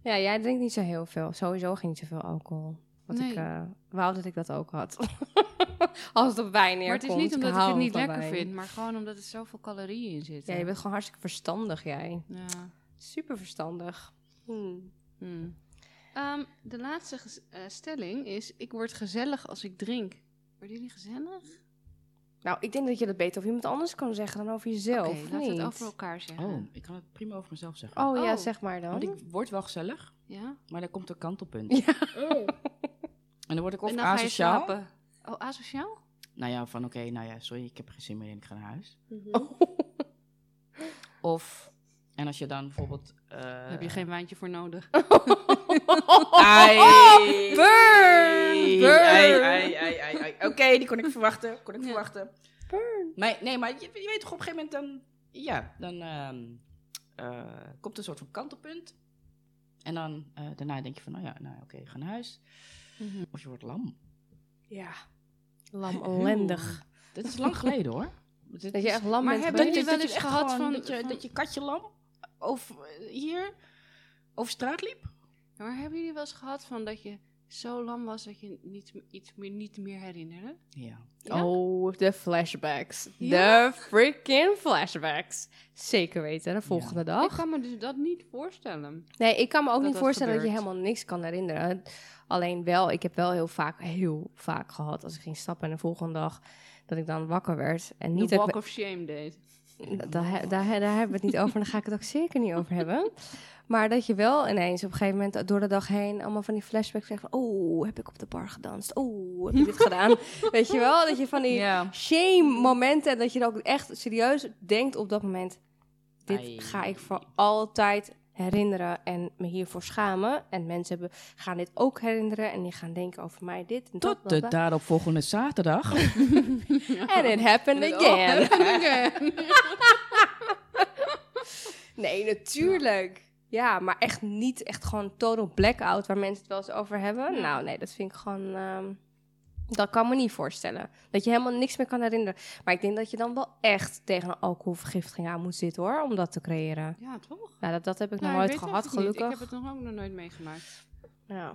Speaker 1: Ja.
Speaker 2: jij drinkt niet zo heel veel. Sowieso geen zoveel alcohol. Wat
Speaker 1: Nee.
Speaker 2: ik eh, wou dat ik dat ook had. *laughs* Als het op wijn neerkomt.
Speaker 1: Maar het is niet omdat ik
Speaker 2: hou
Speaker 1: het niet
Speaker 2: van
Speaker 1: lekker
Speaker 2: wijn.
Speaker 1: vind, maar gewoon omdat er zoveel calorieën in zitten.
Speaker 2: Ja, je bent gewoon hartstikke verstandig, jij.
Speaker 1: Ja.
Speaker 2: Super verstandig.
Speaker 1: Hmm. Ehm, de laatste ges- eh, stelling is: ik word gezellig als ik drink. Worden jullie gezellig?
Speaker 2: Nou, ik denk dat je dat beter over iemand anders kan zeggen dan over jezelf. of
Speaker 1: laten we
Speaker 2: niet?
Speaker 1: het over elkaar zeggen.
Speaker 3: Oh, ik kan het prima over mezelf zeggen.
Speaker 2: Oh, ja,
Speaker 1: Oh.
Speaker 2: zeg maar dan.
Speaker 3: Want
Speaker 2: *laughs*
Speaker 3: ik word wel gezellig,
Speaker 1: Ja?
Speaker 3: maar daar komt een kantelpunt.
Speaker 2: Ja.
Speaker 3: En dan word ik of
Speaker 1: en dan ga je
Speaker 3: asociaal.
Speaker 1: slapen. Oh, asociaal?
Speaker 3: Nou ja, van oké, nou ja, sorry, ik heb er geen zin meer in, ik ga naar huis.
Speaker 1: Oh,
Speaker 3: Of, en als je dan bijvoorbeeld... eh,
Speaker 1: Daar heb je geen Oh, wijntje voor nodig.
Speaker 3: Ai.
Speaker 2: burn! Burn!
Speaker 3: Ai, ai, ai, ai, ai. Oké, die *laughs* kon ik verwachten. Kon ik
Speaker 1: Ja.
Speaker 3: verwachten.
Speaker 2: Burn.
Speaker 3: Maar, nee, maar je, je weet toch op een gegeven moment dan... Ja, dan ehm, eh, komt een soort van kantelpunt. En dan eh, daarna denk je van, nou ja, nou, oké, ga naar huis. Of je wordt lam.
Speaker 2: Ja. Lam ellendig.
Speaker 3: Dat is lang geleden *laughs* hoor. Dit
Speaker 2: Dat je
Speaker 3: is-
Speaker 2: echt lam
Speaker 1: Maar
Speaker 2: bent.
Speaker 1: hebben
Speaker 2: geweest.
Speaker 1: jullie wel
Speaker 3: dat je
Speaker 1: eens
Speaker 3: echt
Speaker 1: gehad
Speaker 3: gewoon-
Speaker 1: van-
Speaker 3: Dat je,
Speaker 1: van-
Speaker 3: dat je katje lam over, eh, hier over straat liep?
Speaker 1: Ja, Maar hebben jullie wel eens gehad van dat je zo lam was dat je niet, m- iets meer, niet meer herinnerde?
Speaker 3: Ja.
Speaker 1: Ja?
Speaker 2: Oh, de flashbacks.
Speaker 1: Ja.
Speaker 2: De freaking flashbacks. Zeker weten, de volgende
Speaker 1: Ik
Speaker 2: dag.
Speaker 1: kan me dus dat niet voorstellen.
Speaker 2: Nee, ik kan me ook
Speaker 1: dat
Speaker 2: niet
Speaker 1: dat
Speaker 2: voorstellen dat je
Speaker 1: gebeurt.
Speaker 2: helemaal niks kan herinneren. Alleen wel, ik heb wel heel vaak, heel vaak gehad als ik ging stappen en de volgende dag dat ik dan wakker werd. En niet
Speaker 1: de
Speaker 2: dat ik
Speaker 1: walk of shame deed.
Speaker 2: Da- Daar, he- daar, he- daar hebben we het niet over en daar ga ik het ook zeker niet over hebben. Maar dat je wel ineens op een gegeven moment door de dag heen allemaal van die flashbacks zegt van... Oh, heb ik op de bar gedanst? Oh, heb ik dit
Speaker 3: *laughs*
Speaker 2: gedaan? Weet je wel, dat je van die
Speaker 3: Ja.
Speaker 2: shame momenten... en dat je er ook echt serieus denkt op dat moment... Dit
Speaker 3: Ai.
Speaker 2: ga ik voor altijd herinneren en me hiervoor schamen. En mensen hebben, gaan dit ook herinneren en die gaan denken over mij dit en dat.
Speaker 3: Tot
Speaker 2: bla,
Speaker 3: de
Speaker 2: bla.
Speaker 3: daarop volgende *laughs* zaterdag.
Speaker 2: And it happened
Speaker 1: *laughs*
Speaker 2: again.
Speaker 1: Oh,
Speaker 2: Nee, natuurlijk. Ja, maar echt niet echt gewoon total blackout waar mensen het wel eens over hebben.
Speaker 1: Ja.
Speaker 2: Nou, nee, dat vind ik gewoon. ehm, dat kan me niet voorstellen. Dat je helemaal niks meer kan herinneren. Maar ik denk dat je dan wel echt tegen een alcoholvergiftiging aan moet zitten hoor, om dat te creëren.
Speaker 1: Ja, toch?
Speaker 2: Nou, dat, dat heb ik
Speaker 1: Nou,
Speaker 2: nog nooit
Speaker 1: weet het
Speaker 2: gehad,
Speaker 1: niet. Ik
Speaker 2: gelukkig.
Speaker 1: heb het nog ook nog nooit meegemaakt.
Speaker 2: Ja.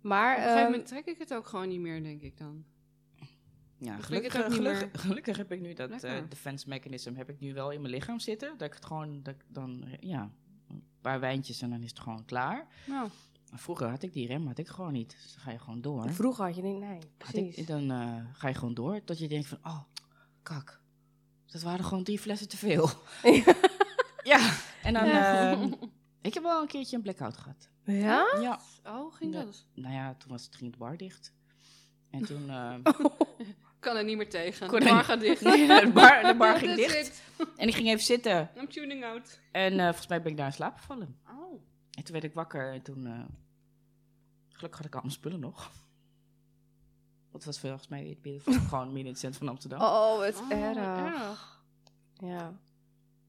Speaker 2: Maar
Speaker 1: Op een gegeven
Speaker 2: ehm,
Speaker 1: moment trek ik het ook gewoon niet meer, denk ik dan.
Speaker 3: Ja,
Speaker 1: Dat klinkt
Speaker 3: gelukkig,
Speaker 1: ook niet
Speaker 3: gelukkig, gelukkig heb ik nu dat eh
Speaker 1: Lekker.
Speaker 3: defense mechanism heb ik nu wel in mijn lichaam zitten. Dat ik het gewoon, dat ik dan, eh, ja, een paar wijntjes en dan is het gewoon klaar.
Speaker 1: Nou,
Speaker 3: Maar vroeger had ik die rem, had ik gewoon niet. Dus dan ga je gewoon door.
Speaker 2: vroeger had je niet, nee,
Speaker 3: Had ik-
Speaker 2: precies.
Speaker 3: dan eh, ga je gewoon door tot je denkt van, oh, kak. Dat waren gewoon drie flessen te veel. *laughs* ja, en dan, ehm, ik heb wel een keertje een blackout gehad.
Speaker 2: ja?
Speaker 3: Ja.
Speaker 1: oh, ging
Speaker 3: Ja.
Speaker 1: dat?
Speaker 3: Nou ja, toen was het, ging de bar dicht. En toen... eh,
Speaker 1: Kan er niet meer tegen.
Speaker 3: Kon
Speaker 1: de
Speaker 3: er
Speaker 1: bar
Speaker 3: niet-
Speaker 1: gaat
Speaker 2: *laughs*
Speaker 1: dicht.
Speaker 3: Nee, de bar- de bar
Speaker 1: *laughs* Dat
Speaker 3: ging
Speaker 1: is
Speaker 3: dicht.
Speaker 1: het.
Speaker 3: En ik ging even zitten.
Speaker 1: I'm tuning out.
Speaker 3: En eh, volgens mij ben ik daar in slaap gevallen.
Speaker 1: Oh.
Speaker 3: En toen werd ik wakker en toen... eh, gelukkig had ik al mijn spullen nog. Dat was volgens mij het midden van- gewoon midden in het centrum van Amsterdam.
Speaker 2: Oh, het
Speaker 1: Oh, wat
Speaker 2: erg.
Speaker 1: erg.
Speaker 2: Ja.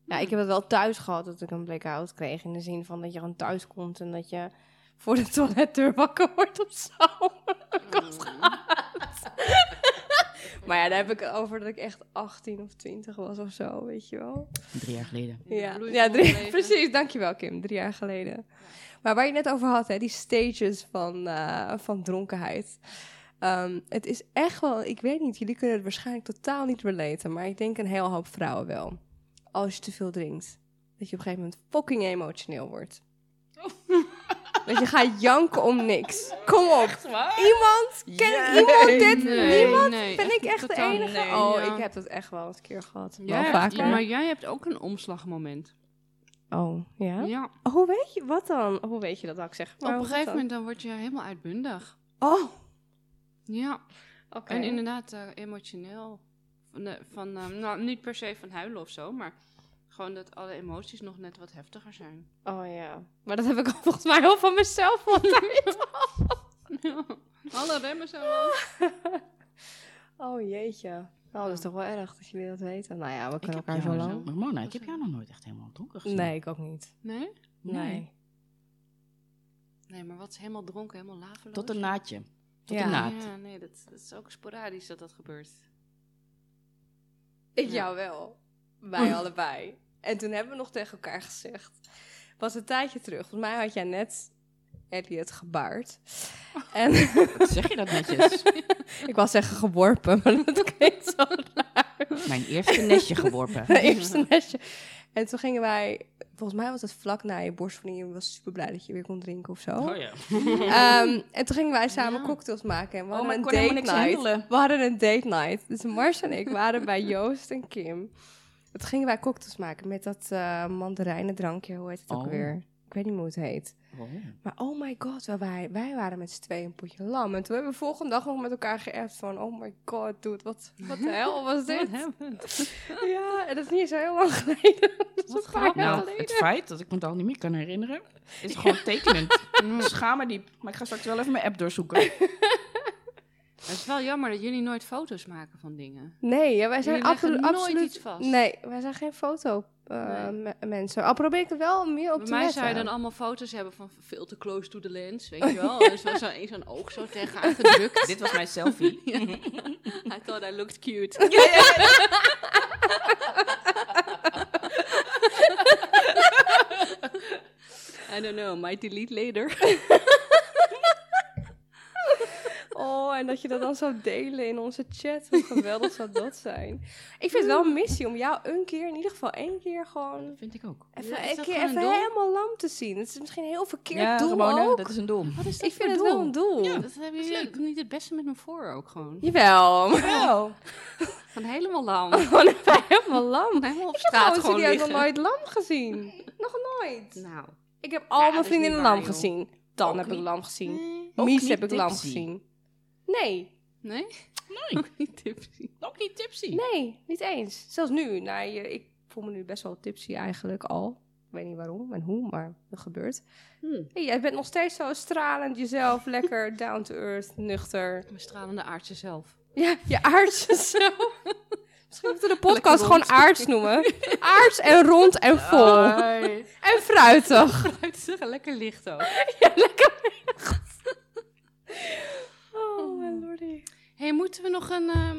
Speaker 2: Ja, ik heb het wel thuis gehad dat ik een blackout kreeg. In de zin van dat je gewoon thuis komt en dat je voor de *laughs* toiletdeur wakker wordt of zo.
Speaker 1: Oh,
Speaker 2: Maar ja, daar heb ik het over dat ik echt 18 of 20 was of zo, weet je wel.
Speaker 3: Drie jaar geleden.
Speaker 1: In de
Speaker 2: Ja,
Speaker 1: bloei
Speaker 2: ja
Speaker 1: van
Speaker 2: drie-
Speaker 1: het leven.
Speaker 2: precies. Dankjewel, Kim. Drie jaar geleden. Maar waar je het net over had, hè, die stages van, eh, van dronkenheid. Ehm, het is echt wel, ik weet niet, jullie kunnen het waarschijnlijk totaal niet relaten, maar ik denk een heel hoop vrouwen wel. Als je te veel drinkt, dat je op een gegeven moment fucking emotioneel wordt.
Speaker 1: Oh.
Speaker 2: dat je gaat janken om niks. Kom op. Iemand, ken
Speaker 3: Ja.
Speaker 2: iemand dit?
Speaker 1: Nee,
Speaker 2: Niemand?
Speaker 1: nee,
Speaker 2: ben ik echt de
Speaker 1: totaal
Speaker 2: enige?
Speaker 1: niet.
Speaker 2: oh,
Speaker 1: Ja.
Speaker 2: ik heb dat echt wel eens een keer gehad.
Speaker 1: Ja,
Speaker 2: wel vaker.
Speaker 1: maar jij hebt ook een omslagmoment.
Speaker 2: Oh, ja?
Speaker 1: Ja.
Speaker 2: Hoe weet je wat dan? Hoe weet je dat dan? Ik zeg maar
Speaker 1: Op een
Speaker 2: hoe
Speaker 1: gegeven
Speaker 2: dat
Speaker 1: moment dan word je helemaal uitbundig.
Speaker 2: dan? Oh,
Speaker 1: Ja.
Speaker 2: oké.
Speaker 1: En inderdaad eh, emotioneel. Van, de- van eh, nou, niet per se van huilen of zo, maar gewoon dat alle emoties nog net wat heftiger zijn. *laughs*
Speaker 2: Oh ja. Maar dat heb ik al *laughs* volgens mij al van mezelf altijd.
Speaker 1: alle remmen zijn af.
Speaker 2: oh jeetje. Oh, dat is toch wel erg dat jullie dat weten. Nou ja, we
Speaker 3: Ik
Speaker 2: kunnen
Speaker 3: heb
Speaker 2: elkaar zo
Speaker 3: jou
Speaker 2: lang.
Speaker 3: nog- Mona, ik heb jou nog nooit echt helemaal donker gezien.
Speaker 2: Nee, ik ook niet.
Speaker 1: Nee?
Speaker 2: Nee.
Speaker 1: Nee, maar wat is helemaal dronken, helemaal laveloos?
Speaker 3: Tot een naadje. Tot
Speaker 2: Ja.
Speaker 3: een naad.
Speaker 1: Ja, nee, dat, dat is ook sporadisch dat dat gebeurt.
Speaker 2: Ik
Speaker 1: Ja.
Speaker 2: jou wel. Wij allebei. En toen hebben we nog tegen elkaar gezegd. Was een tijdje terug. Volgens mij had jij net Elliot gebaard. En *laughs*
Speaker 3: Zeg je dat netjes?
Speaker 2: ik was zeggen geworpen, maar dat *laughs* klinkt zo raar.
Speaker 3: Mijn eerste nestje geworpen.
Speaker 2: Mijn *laughs*
Speaker 3: *laughs*
Speaker 2: eerste nestje. En toen gingen wij, volgens mij was het vlak na je borstvoeding. Je was super blij dat je weer kon drinken of zo.
Speaker 3: Oh ja.
Speaker 2: Ehm, en toen gingen wij samen
Speaker 1: Ja.
Speaker 2: cocktails maken. En we
Speaker 3: Oh,
Speaker 2: hadden
Speaker 3: maar
Speaker 2: een
Speaker 3: ik kon helemaal
Speaker 2: date
Speaker 3: niks
Speaker 2: night.
Speaker 3: handelen.
Speaker 2: We hadden een date night. Dus Mars en ik waren bij Joost en Kim. Toen gingen wij cocktails maken met dat eh mandarijnendrankje. Hoe heet het ook
Speaker 3: Oh.
Speaker 2: weer? Ik weet niet hoe het heet.
Speaker 3: Oh.
Speaker 2: Maar oh my god, wel, wij, wij waren met z'n tweeën een potje lam. En toen hebben we volgende dag nog met elkaar geappt van... Oh my god, dude, wat, wat de hel
Speaker 3: *laughs*
Speaker 2: was dit? Ja, en dat is niet zo heel lang geleden. Dat is
Speaker 1: Wat
Speaker 2: een paar jaar
Speaker 3: Nou, het
Speaker 2: geleden.
Speaker 3: feit dat ik me het al niet meer kan herinneren, is gewoon tekenend.
Speaker 2: Mm.
Speaker 3: Schaam me diep. Maar ik ga straks wel even mijn app doorzoeken.
Speaker 2: *laughs*
Speaker 1: Het is wel jammer dat jullie nooit foto's maken van dingen.
Speaker 2: Nee, ja, wij zijn
Speaker 1: Jullie leggen
Speaker 2: absolu-
Speaker 1: nooit
Speaker 2: absoluut...
Speaker 1: iets vast.
Speaker 2: Nee, wij zijn geen foto eh, me- mensen. Al probeer ik er wel meer op
Speaker 1: Bij
Speaker 2: te
Speaker 1: mij
Speaker 2: letten.
Speaker 1: zou
Speaker 2: *laughs*
Speaker 1: je dan allemaal foto's hebben van veel te close to the lens, weet je wel. *laughs* Dus was zo'n zo'n oog zo *laughs* tegenaan gedrukt.
Speaker 3: Dit was mijn selfie.
Speaker 1: I thought I looked cute. *laughs* I don't know, might delete later.
Speaker 2: Oh, en dat je dat dan zou delen in onze chat.
Speaker 1: *laughs*
Speaker 2: Hoe geweldig zou dat zijn. Ik vind het wel
Speaker 1: Mm.
Speaker 2: een missie om jou een keer, in ieder geval één keer gewoon...
Speaker 3: vind ik ook.
Speaker 2: Even,
Speaker 1: Ja, is
Speaker 2: een
Speaker 1: dat
Speaker 2: keer
Speaker 1: gewoon
Speaker 2: even
Speaker 1: een doel?
Speaker 2: helemaal lam te zien. Het is misschien een heel verkeerd doel
Speaker 3: gewoon, eh,
Speaker 2: ook.
Speaker 3: dat is een doel.
Speaker 1: Wat is
Speaker 2: ik vind het wel een doel.
Speaker 1: Ja, dat hebben jullie ook niet het beste met me voor ook gewoon.
Speaker 2: Jawel.
Speaker 1: Van helemaal lam.
Speaker 2: *laughs* Gewoon even helemaal *laughs* lam.
Speaker 1: Helemaal op
Speaker 2: Ik heb
Speaker 1: straat
Speaker 2: gewoon
Speaker 1: gewoon
Speaker 2: serieus nog
Speaker 1: liggen.
Speaker 2: nooit lam
Speaker 1: *laughs*
Speaker 2: gezien. Nog nooit.
Speaker 1: Nou.
Speaker 2: Ik heb al mijn
Speaker 1: dat is
Speaker 2: vriendinnen
Speaker 1: niet
Speaker 2: lam
Speaker 1: waar, joh.
Speaker 2: gezien. Dan
Speaker 3: Ook
Speaker 2: heb ik
Speaker 3: niet. Hm?
Speaker 2: lam gezien.
Speaker 1: Nee?
Speaker 3: Ook
Speaker 2: Mies
Speaker 3: niet
Speaker 2: heb ik lam
Speaker 3: tipsy.
Speaker 2: gezien. Nee,
Speaker 1: Nee?
Speaker 3: Nee.
Speaker 1: Ook niet tipsy.
Speaker 3: Ook niet tipsy.
Speaker 2: nee, niet eens. Zelfs nu. Nou, je, ik voel me nu best wel tipsy eigenlijk al. Ik weet niet waarom en hoe, maar dat gebeurt. Hey, jij bent nog steeds zo stralend jezelf, *laughs* lekker down to earth, nuchter.
Speaker 1: *laughs* Mijn stralende aardje zelf.
Speaker 2: Ja, je aardse zelf. *laughs* Misschien moeten we de podcast
Speaker 3: Lekker
Speaker 2: gewoon
Speaker 3: rond. Ah.
Speaker 2: aards noemen. Aards en rond en vol.
Speaker 3: Ai.
Speaker 2: En fruitig.
Speaker 1: Het is echt lekker licht ook.
Speaker 2: Oh,
Speaker 1: mijn
Speaker 2: lordy.
Speaker 1: hey, moeten we nog een, ehm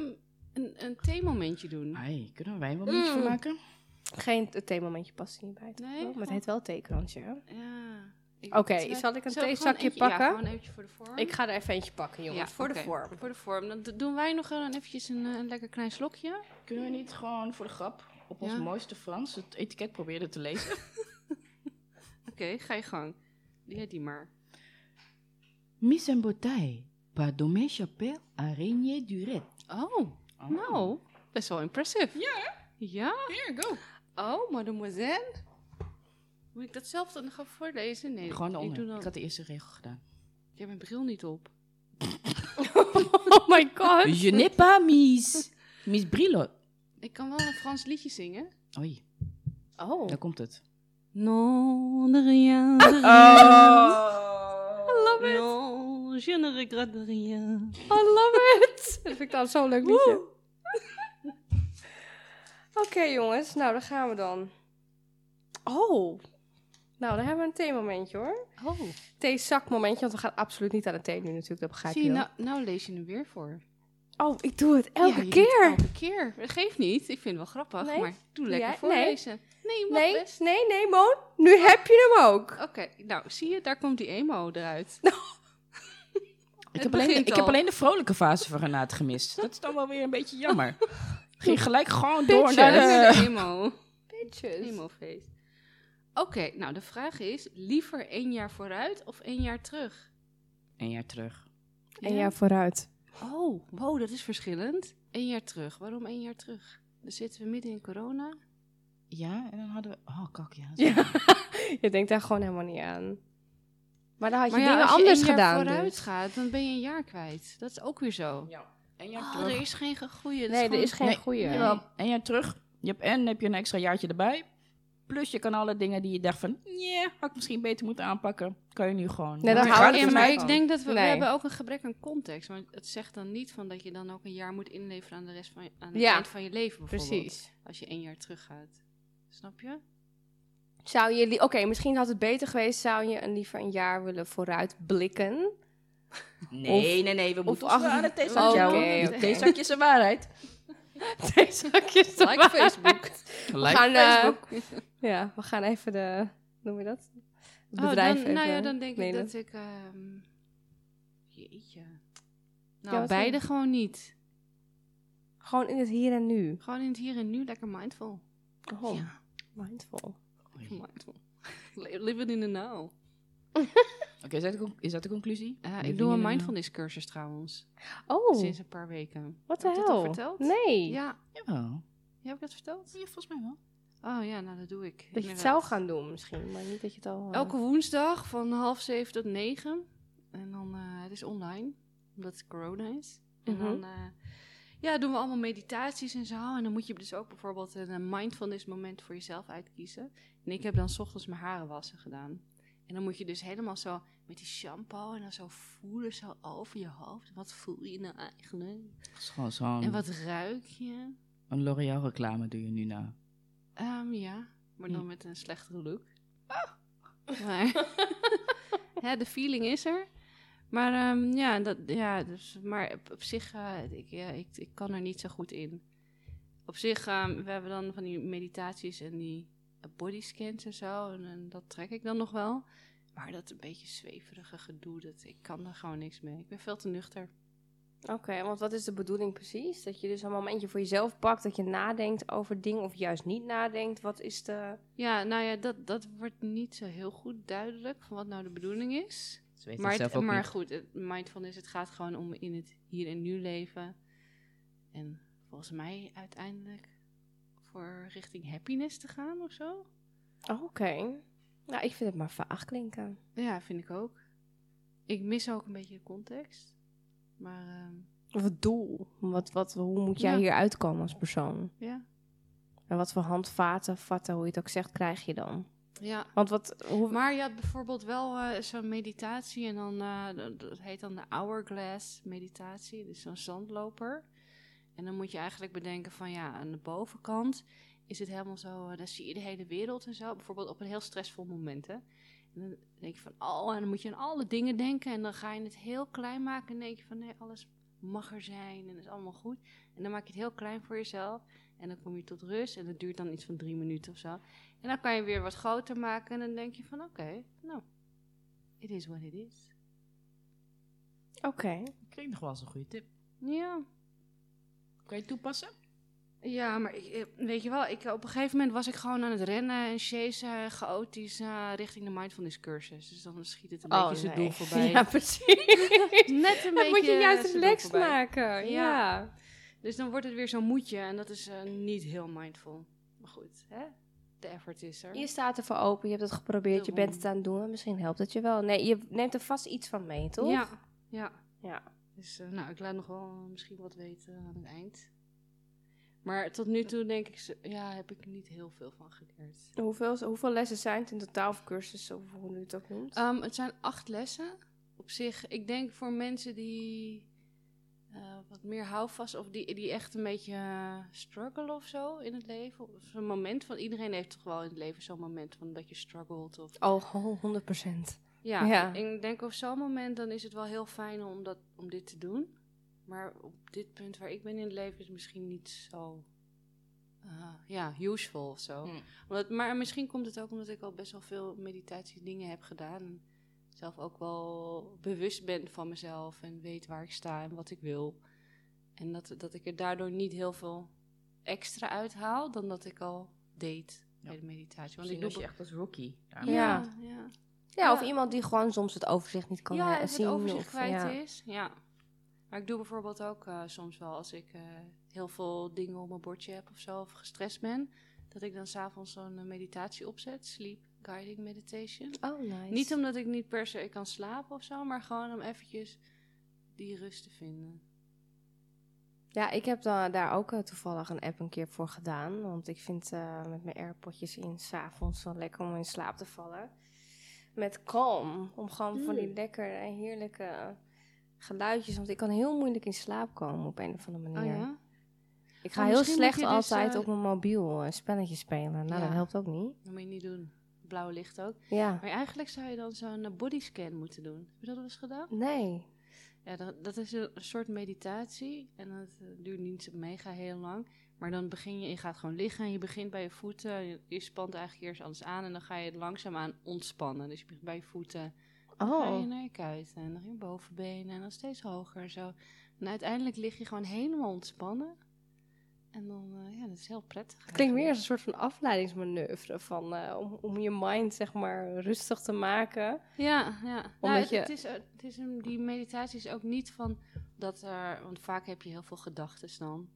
Speaker 1: een, een theemomentje
Speaker 2: Ah.
Speaker 1: doen?
Speaker 3: Ai, kunnen wij wel iets van
Speaker 2: Mm.
Speaker 3: maken?
Speaker 2: Geen het theemomentje past er niet bij. toch?
Speaker 1: Nee?
Speaker 2: Maar het heet wel theekrantje. hè?
Speaker 1: Ja. Ik-
Speaker 2: Oké,
Speaker 1: Zullen-
Speaker 2: zal ik een
Speaker 1: zullen we gewoon
Speaker 2: theezakje
Speaker 1: eentje-
Speaker 2: pakken?
Speaker 1: Ja, gewoon eventjes voor de vorm.
Speaker 2: Ik ga er even eentje pakken, jongens. voor de
Speaker 1: oké,
Speaker 2: vorm.
Speaker 1: Voor de vorm. Dan d- doen wij nog eh, dan eventjes een, eh, een lekker klein slokje.
Speaker 3: Kunnen we niet gewoon voor de grap op ons
Speaker 1: Ja.
Speaker 3: mooiste Frans het etiket proberen te lezen?
Speaker 1: Oké, ga je gang. Ja, die maar.
Speaker 3: Mise en bouteille, par Domé Chapelle, Araignée Duret.
Speaker 1: Oh, nou. Best wel impressive. Ja, Ja?
Speaker 3: here, go.
Speaker 1: Oh, mademoiselle. Moet ik dat zelf dan gaan voorlezen? Nee,
Speaker 3: Gewoon de
Speaker 1: ik doe
Speaker 3: onder.
Speaker 1: dan...
Speaker 3: Ik had de eerste regel gedaan.
Speaker 1: Ik heb mijn bril niet *laughs* op.
Speaker 2: Oh my god.
Speaker 3: *laughs* Je n'ai pas mis, mis Brillo.
Speaker 1: Ik kan wel een Frans liedje zingen.
Speaker 3: Oei,
Speaker 2: Oh.
Speaker 3: daar komt het.
Speaker 1: Non, de *laughs* rien, de rien. Oh.
Speaker 3: Oh.
Speaker 2: love it.
Speaker 1: Non, je ne regrette rien.
Speaker 2: I love *laughs* it. Dat vind ik dan zo'n leuk liedje. *laughs* Oké jongens, nou daar gaan we dan. Oh. Nou, dan hebben we een theemomentje hoor.
Speaker 1: Oh,
Speaker 2: Theezakmomentje, want we gaan absoluut niet aan de thee nu natuurlijk. Dat begrijp
Speaker 1: zie
Speaker 2: je
Speaker 1: je,
Speaker 2: wel.
Speaker 1: nou, nou lees je hem weer voor.
Speaker 2: Oh, ik doe het elke
Speaker 1: Ja, je doet het
Speaker 2: keer.
Speaker 1: Elke keer. Dat geeft niet. Ik vind het wel grappig,
Speaker 2: Nee?
Speaker 1: maar doe lekker
Speaker 2: Jij-
Speaker 1: voorlezen. Nee, je mag
Speaker 2: Nee,
Speaker 1: best.
Speaker 2: nee, nee, Moon. Nu heb je hem ook.
Speaker 1: Oké, nou zie je, daar komt die emo eruit.
Speaker 3: Ik,
Speaker 1: Het
Speaker 3: heb alleen, de-
Speaker 1: begint
Speaker 3: ik heb
Speaker 1: al.
Speaker 3: alleen de vrolijke fase van Renate gemist. Dat is dan wel weer een beetje *laughs* jammer. Ging gelijk gewoon door
Speaker 2: Bitches.
Speaker 3: naar
Speaker 1: Dat
Speaker 3: de...
Speaker 1: is een emo.
Speaker 2: Bitches.
Speaker 1: Emo-feest. Oké, nou de vraag is, liever één jaar vooruit of één jaar terug?
Speaker 3: Een jaar terug.
Speaker 2: En ja, vooruit.
Speaker 1: Oh, wow, dat is verschillend. Eén jaar terug. Waarom één jaar terug? Dan zitten we midden in corona.
Speaker 3: Ja, en dan hadden we... Oh, kak, *laughs* ja. dat is
Speaker 2: Ja. je denkt daar gewoon helemaal niet aan. Maar dan had je
Speaker 1: maar ja,
Speaker 2: dingen
Speaker 1: als je
Speaker 2: anders
Speaker 1: één jaar
Speaker 2: gedaan.
Speaker 1: vooruit
Speaker 2: dus.
Speaker 1: gaat, dan ben je een jaar kwijt. Dat is ook weer zo.
Speaker 3: Ja, een jaar
Speaker 1: Oh,
Speaker 3: terug.
Speaker 1: er is geen ge- goeie. dat
Speaker 2: Nee, er
Speaker 1: gewoon-
Speaker 2: is geen
Speaker 3: Ah. Nee,
Speaker 2: goeie.
Speaker 1: nee.
Speaker 3: Jawel, een jaar terug. Je hebt, en heb je een extra jaartje erbij. Plus je kan alle dingen die je dacht van... Nee, had ik misschien beter moeten aanpakken. Kan je nu gewoon...
Speaker 2: Nee, dan
Speaker 3: Ja,
Speaker 1: Maar
Speaker 2: hou
Speaker 3: gaat
Speaker 2: ik
Speaker 1: ja,
Speaker 3: het
Speaker 2: er
Speaker 1: maar
Speaker 2: mij
Speaker 3: vanuit.
Speaker 1: ik
Speaker 2: van.
Speaker 1: denk dat we,
Speaker 2: Nee.
Speaker 1: we hebben ook een gebrek aan context. Want het zegt dan niet van dat je dan ook een jaar moet inleveren aan de rest van je, aan het
Speaker 2: Ja,
Speaker 1: eind van je leven bijvoorbeeld.
Speaker 2: Precies.
Speaker 1: Als je één jaar teruggaat. Snap je?
Speaker 2: Zou je, li- oké, misschien had het beter geweest, zou je een liever een jaar willen vooruit blikken? *laughs*
Speaker 3: Nee, nee, nee. We moeten ons
Speaker 2: achter-
Speaker 3: wel aan het
Speaker 1: Oh,
Speaker 3: theezakje houden.
Speaker 1: oké,
Speaker 3: De
Speaker 1: oké.
Speaker 3: theezakje is de waarheid.
Speaker 2: Theezakjes
Speaker 1: Like Facebook.
Speaker 2: We
Speaker 3: Like
Speaker 2: gaan, eh,
Speaker 3: Facebook.
Speaker 2: ja, we gaan even de, noem je dat? Het
Speaker 1: Oh,
Speaker 2: bedrijf
Speaker 1: dan,
Speaker 2: even.
Speaker 1: nou ja, dan denk ik
Speaker 2: mailen.
Speaker 1: dat ik... ehm, jeetje. Nou,
Speaker 2: wat dan?
Speaker 1: beide gewoon niet.
Speaker 2: Gewoon in het hier en nu.
Speaker 1: Gewoon in het hier en nu lekker mindful.
Speaker 2: Oh,
Speaker 1: Ja,
Speaker 2: mindful.
Speaker 3: Oei.
Speaker 1: mindful. *laughs* Living in the now.
Speaker 3: Oké, is dat de conc- is dat de conclusie?
Speaker 1: Ja,
Speaker 3: Living
Speaker 1: Eh, ik doe
Speaker 3: in
Speaker 1: een
Speaker 3: the
Speaker 1: mindfulness cursus trouwens.
Speaker 2: Oh,
Speaker 1: Sinds een paar weken.
Speaker 2: wat de
Speaker 1: Heb ik dat al
Speaker 2: hel?
Speaker 1: verteld?
Speaker 2: Nee,
Speaker 1: Ja.
Speaker 3: now. Jawel.
Speaker 1: ja, heb ik dat verteld?
Speaker 3: Ja, volgens mij wel.
Speaker 1: Oh ja, nou dat doe ik.
Speaker 2: dat je het
Speaker 1: inderdaad.
Speaker 2: zou gaan doen misschien, maar niet dat je het al... eh,
Speaker 1: Elke woensdag van half zeven tot negen. En dan, eh, het is online, omdat het corona is. En
Speaker 2: Mhm.
Speaker 1: dan eh, ja, doen we allemaal meditaties en zo. En dan moet je dus ook bijvoorbeeld een eh, mindfulness moment voor jezelf uitkiezen. En ik heb dan 's ochtends mijn haren wassen gedaan. En dan moet je dus helemaal zo met die shampoo en dan zo voelen, zo over je hoofd. Wat voel je nou eigenlijk?
Speaker 3: Het is gewoon zo'n
Speaker 1: En wat ruik je?
Speaker 3: een L'Oreal reclame doe je nu nou.
Speaker 1: Ehm, ja, maar dan
Speaker 3: Ja.
Speaker 1: met een slechtere look. Maar ja, de feeling is er. Maar ehm, ja, dat, ja dus, maar op, op zich, eh, ik, ja, ik, ik kan er niet zo goed in. Op zich, ehm, we hebben dan van die meditaties en die eh, bodyscans en zo. En, en dat trek ik dan nog wel. Maar dat een beetje zweverige gedoe, dat, ik kan er gewoon niks mee. Ik ben veel te nuchter.
Speaker 2: Oké, want wat is de bedoeling precies? Dat je dus een momentje voor jezelf pakt, dat je nadenkt over dingen of juist niet nadenkt. Wat is de...
Speaker 1: Ja, nou ja, dat, dat wordt niet zo heel goed duidelijk van wat nou de bedoeling is.
Speaker 3: Ze weten
Speaker 1: Maar,
Speaker 3: het
Speaker 1: het-
Speaker 3: zelf ook
Speaker 1: maar
Speaker 3: niet.
Speaker 1: goed, het mindfulness, het gaat gewoon om in het hier en nu leven. En volgens mij uiteindelijk voor richting happiness te gaan of zo.
Speaker 2: Oh, Oké. Nou, ik vind het maar vaag klinken.
Speaker 1: Ja, vind ik ook. Ik mis ook een beetje de context. Maar ehm,
Speaker 2: Of het doel. Wat, wat, hoe moet jij
Speaker 1: Ja.
Speaker 2: hier uitkomen als persoon?
Speaker 1: ja.
Speaker 2: En wat voor handvaten, vatten, hoe je het ook zegt, krijg je dan?
Speaker 1: ja.
Speaker 2: Want wat... Hoe...
Speaker 1: Maar je had bijvoorbeeld wel eh, zo'n meditatie en dan, eh, dat- dat heet dan de hourglass meditatie, dus zo'n zandloper. En dan moet je eigenlijk bedenken van ja, aan de bovenkant is het helemaal zo, eh, dan zie je de hele wereld en zo. Bijvoorbeeld op een heel stressvol moment, hè. En dan denk je van, oh, en dan moet je aan alle dingen denken. En dan ga je het heel klein maken en denk je van, nee, alles mag er zijn en is allemaal goed. En dan maak je het heel klein voor jezelf. En dan kom je tot rust en dat duurt dan iets van drie minuten of zo. En dan kan je weer wat groter maken en dan denk je van, oké, nou, it is what it is.
Speaker 2: Oké.
Speaker 3: Klinkt nog wel eens een goede tip.
Speaker 1: Ja.
Speaker 3: Kan je het toepassen?
Speaker 1: Ja, maar ik, eh, weet je wel, ik, op een gegeven moment was ik gewoon aan het rennen en chasen, chaotisch, eh, richting de mindfulness cursus. Dus dan schiet het een
Speaker 2: Oh,
Speaker 1: beetje zijn
Speaker 2: nee. *laughs*
Speaker 1: doel *laughs* voorbij.
Speaker 2: Ja, precies.
Speaker 1: Net *laughs* een eh,
Speaker 2: Dat moet je juist
Speaker 1: zijn doel
Speaker 2: relaxed
Speaker 1: voorbij.
Speaker 2: maken.
Speaker 1: Ja.
Speaker 2: Ja.
Speaker 1: Dus dan wordt het weer zo'n moedje en dat is eh, niet heel mindful. Maar goed, hè? de effort is er.
Speaker 2: Je staat ervoor open, je hebt het geprobeerd, je bent het aan het doen. maar Misschien helpt het je wel. Nee, je neemt er vast iets van mee, toch?
Speaker 1: Ja, ja.
Speaker 2: Ja.
Speaker 1: Dus eh, nou, ik laat nog wel eh, misschien wat weten aan het eind. Maar tot nu toe denk ik, ze- ja, heb ik niet heel veel van geleerd.
Speaker 2: Hoeveel, hoeveel lessen zijn het in totaal of cursussen, of hoe nu het ook noemt?
Speaker 1: Ehm, het zijn acht lessen. Op zich, ik denk voor mensen die eh, wat meer houvast of die, die echt een beetje eh, struggle of zo in het leven. Of zo'n moment van iedereen heeft toch wel in het leven zo'n moment van dat je struggelt. Of,
Speaker 2: Oh, 100 procent.
Speaker 1: ja,
Speaker 2: Ja.
Speaker 1: ik denk op zo'n moment dan is het wel heel fijn om, dat, om dit te doen. Maar op dit punt waar ik ben in het leven is het misschien niet zo eh, ja, useful of zo.
Speaker 3: Hmm.
Speaker 1: Omdat, maar misschien komt het ook omdat ik al best wel veel meditatiedingen heb gedaan. En zelf ook wel bewust ben van mezelf en weet waar ik sta en wat ik wil. En dat, dat ik er daardoor niet heel veel extra uithaal dan dat ik al deed bij
Speaker 3: Ja.
Speaker 1: de meditatie. Want
Speaker 3: Misschien
Speaker 1: ik
Speaker 3: was
Speaker 1: doe
Speaker 3: je echt als rookie. daar.
Speaker 1: be- ja, ja
Speaker 2: Ja, of
Speaker 1: Ja.
Speaker 2: iemand die gewoon soms het overzicht niet kan
Speaker 1: ja,
Speaker 2: eh,
Speaker 1: als
Speaker 2: zien.
Speaker 1: het overzicht
Speaker 2: of,
Speaker 1: kwijt
Speaker 2: ja.
Speaker 1: is. Ja. Maar ik doe bijvoorbeeld ook eh, soms wel als ik eh, heel veel dingen op mijn bordje heb of zo, of gestrest ben, dat ik dan s'avonds zo'n eh, meditatie opzet, sleep guiding meditation.
Speaker 2: Oh, nice.
Speaker 1: Niet omdat ik niet per se ik kan slapen of zo, maar gewoon om eventjes die rust te vinden.
Speaker 2: Ja, ik heb da- daar ook eh, toevallig een app een keer voor gedaan. Want ik vind eh, met mijn airpodjes in s'avonds wel lekker om in slaap te vallen. Met kalm. Om gewoon van
Speaker 1: Mm.
Speaker 2: die lekkere, heerlijke geluidjes. Want ik kan heel moeilijk in slaap komen op een of andere manier. Ik ga
Speaker 1: Maar
Speaker 2: heel
Speaker 1: Oh, misschien moet
Speaker 2: slecht
Speaker 1: je dus,
Speaker 2: altijd
Speaker 1: eh,
Speaker 2: op mijn mobiel eh, spelletjes spelen. Nou,
Speaker 1: Ja.
Speaker 2: dat helpt ook niet.
Speaker 1: Dat moet je niet doen. Blauwe licht ook.
Speaker 2: Ja.
Speaker 1: Maar eigenlijk zou je dan zo'n eh, bodyscan moeten doen. Heb je dat wel eens gedaan?
Speaker 2: Nee.
Speaker 1: Ja, dat, dat is een soort meditatie. En dat eh, duurt niet zo mega heel lang. Maar dan begin je, je gaat gewoon liggen en je begint bij je voeten. Je, je spant eigenlijk eerst alles aan en dan ga je het langzaamaan ontspannen. Dus je begint bij je voeten. Dan ga je
Speaker 2: Oh.
Speaker 1: naar je kuiten en dan je bovenbenen en dan steeds hoger en zo. En uiteindelijk lig je gewoon helemaal ontspannen. En dan, eh, ja, dat is heel prettig.
Speaker 2: Het klinkt meer als
Speaker 1: eigenlijk.
Speaker 2: een soort van afleidingsmanoeuvre. Van, eh, om, om je mind, zeg maar, rustig te maken.
Speaker 1: Ja, ja. Nou,
Speaker 2: Omdat
Speaker 1: het,
Speaker 2: je-
Speaker 1: het is, eh, het is een, die meditatie is ook niet van dat er, want vaak heb je heel veel gedachten dan.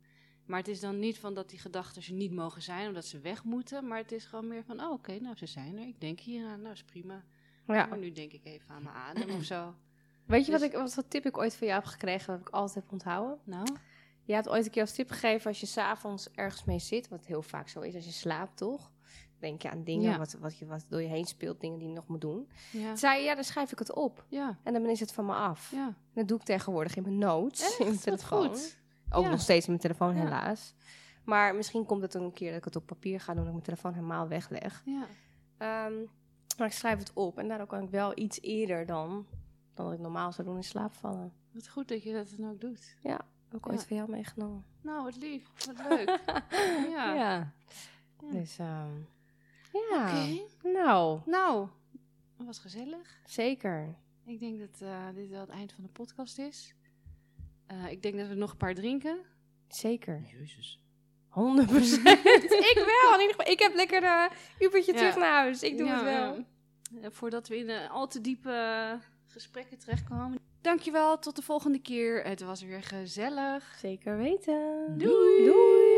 Speaker 1: Maar het is dan niet van dat die gedachten er niet mogen zijn, omdat ze weg moeten. Maar het is gewoon meer van, oh oké, nou ze zijn er. Ik denk hier aan, nou is prima.
Speaker 2: Ja.
Speaker 1: Maar nu denk ik even aan mijn adem of zo.
Speaker 2: Weet je wat,
Speaker 1: Dus-
Speaker 2: ik, wat voor tip ik ooit van jou heb gekregen, dat ik altijd heb onthouden?
Speaker 1: *clears throat* Nou,
Speaker 2: Je hebt ooit een keer als tip gegeven als je s'avonds ergens mee zit, wat heel vaak zo is als je slaapt, toch? Denk je aan dingen
Speaker 1: Ja.
Speaker 2: wat, wat, je, wat door je heen speelt, dingen die je nog moet doen.
Speaker 1: ja,
Speaker 2: Toen zei je, ja, dan schrijf ik het op.
Speaker 1: ja,
Speaker 2: En dan is het van me af.
Speaker 1: ja.
Speaker 2: Dat doe ik tegenwoordig in mijn notes,
Speaker 1: Echt?
Speaker 2: in mijn
Speaker 1: Wat
Speaker 2: telefoon.
Speaker 1: goed.
Speaker 2: Ook
Speaker 1: Ja.
Speaker 2: nog steeds in mijn telefoon,
Speaker 1: Ja.
Speaker 2: helaas. Maar misschien komt het een keer dat ik het op papier ga doen, dat ik mijn telefoon helemaal wegleg.
Speaker 1: Ja,
Speaker 2: Ehm, maar ik schrijf het op en daardoor kan ik wel iets eerder dan, dan wat ik normaal zou doen in slaap vallen.
Speaker 1: wat goed dat je dat dan ook doet.
Speaker 2: Ook
Speaker 1: Ja.
Speaker 2: ooit van jou meegenomen.
Speaker 1: Nou, wat lief, wat leuk. *laughs*
Speaker 2: Ja.
Speaker 1: Ja. Ja.
Speaker 2: Dus, ehm, ja.
Speaker 1: Oké,
Speaker 2: Nou,
Speaker 1: nou, Ah. dat was gezellig.
Speaker 2: zeker.
Speaker 1: Ik denk dat eh, dit wel het eind van de podcast is. Eh, ik denk dat we nog een paar drinken.
Speaker 2: Zeker.
Speaker 1: *laughs*
Speaker 3: Jezus.
Speaker 2: 100 *laughs* ik wel. In ieder geval, ik heb lekker een ubertje
Speaker 1: Ja.
Speaker 2: terug naar huis. Ik doe
Speaker 1: Ja,
Speaker 2: het wel.
Speaker 1: ja. Eh, voordat we in eh, al te diepe eh, gesprekken terechtkomen. Dankjewel, tot de volgende keer. Het was weer gezellig.
Speaker 2: Zeker weten.
Speaker 1: Doei.
Speaker 2: Doei.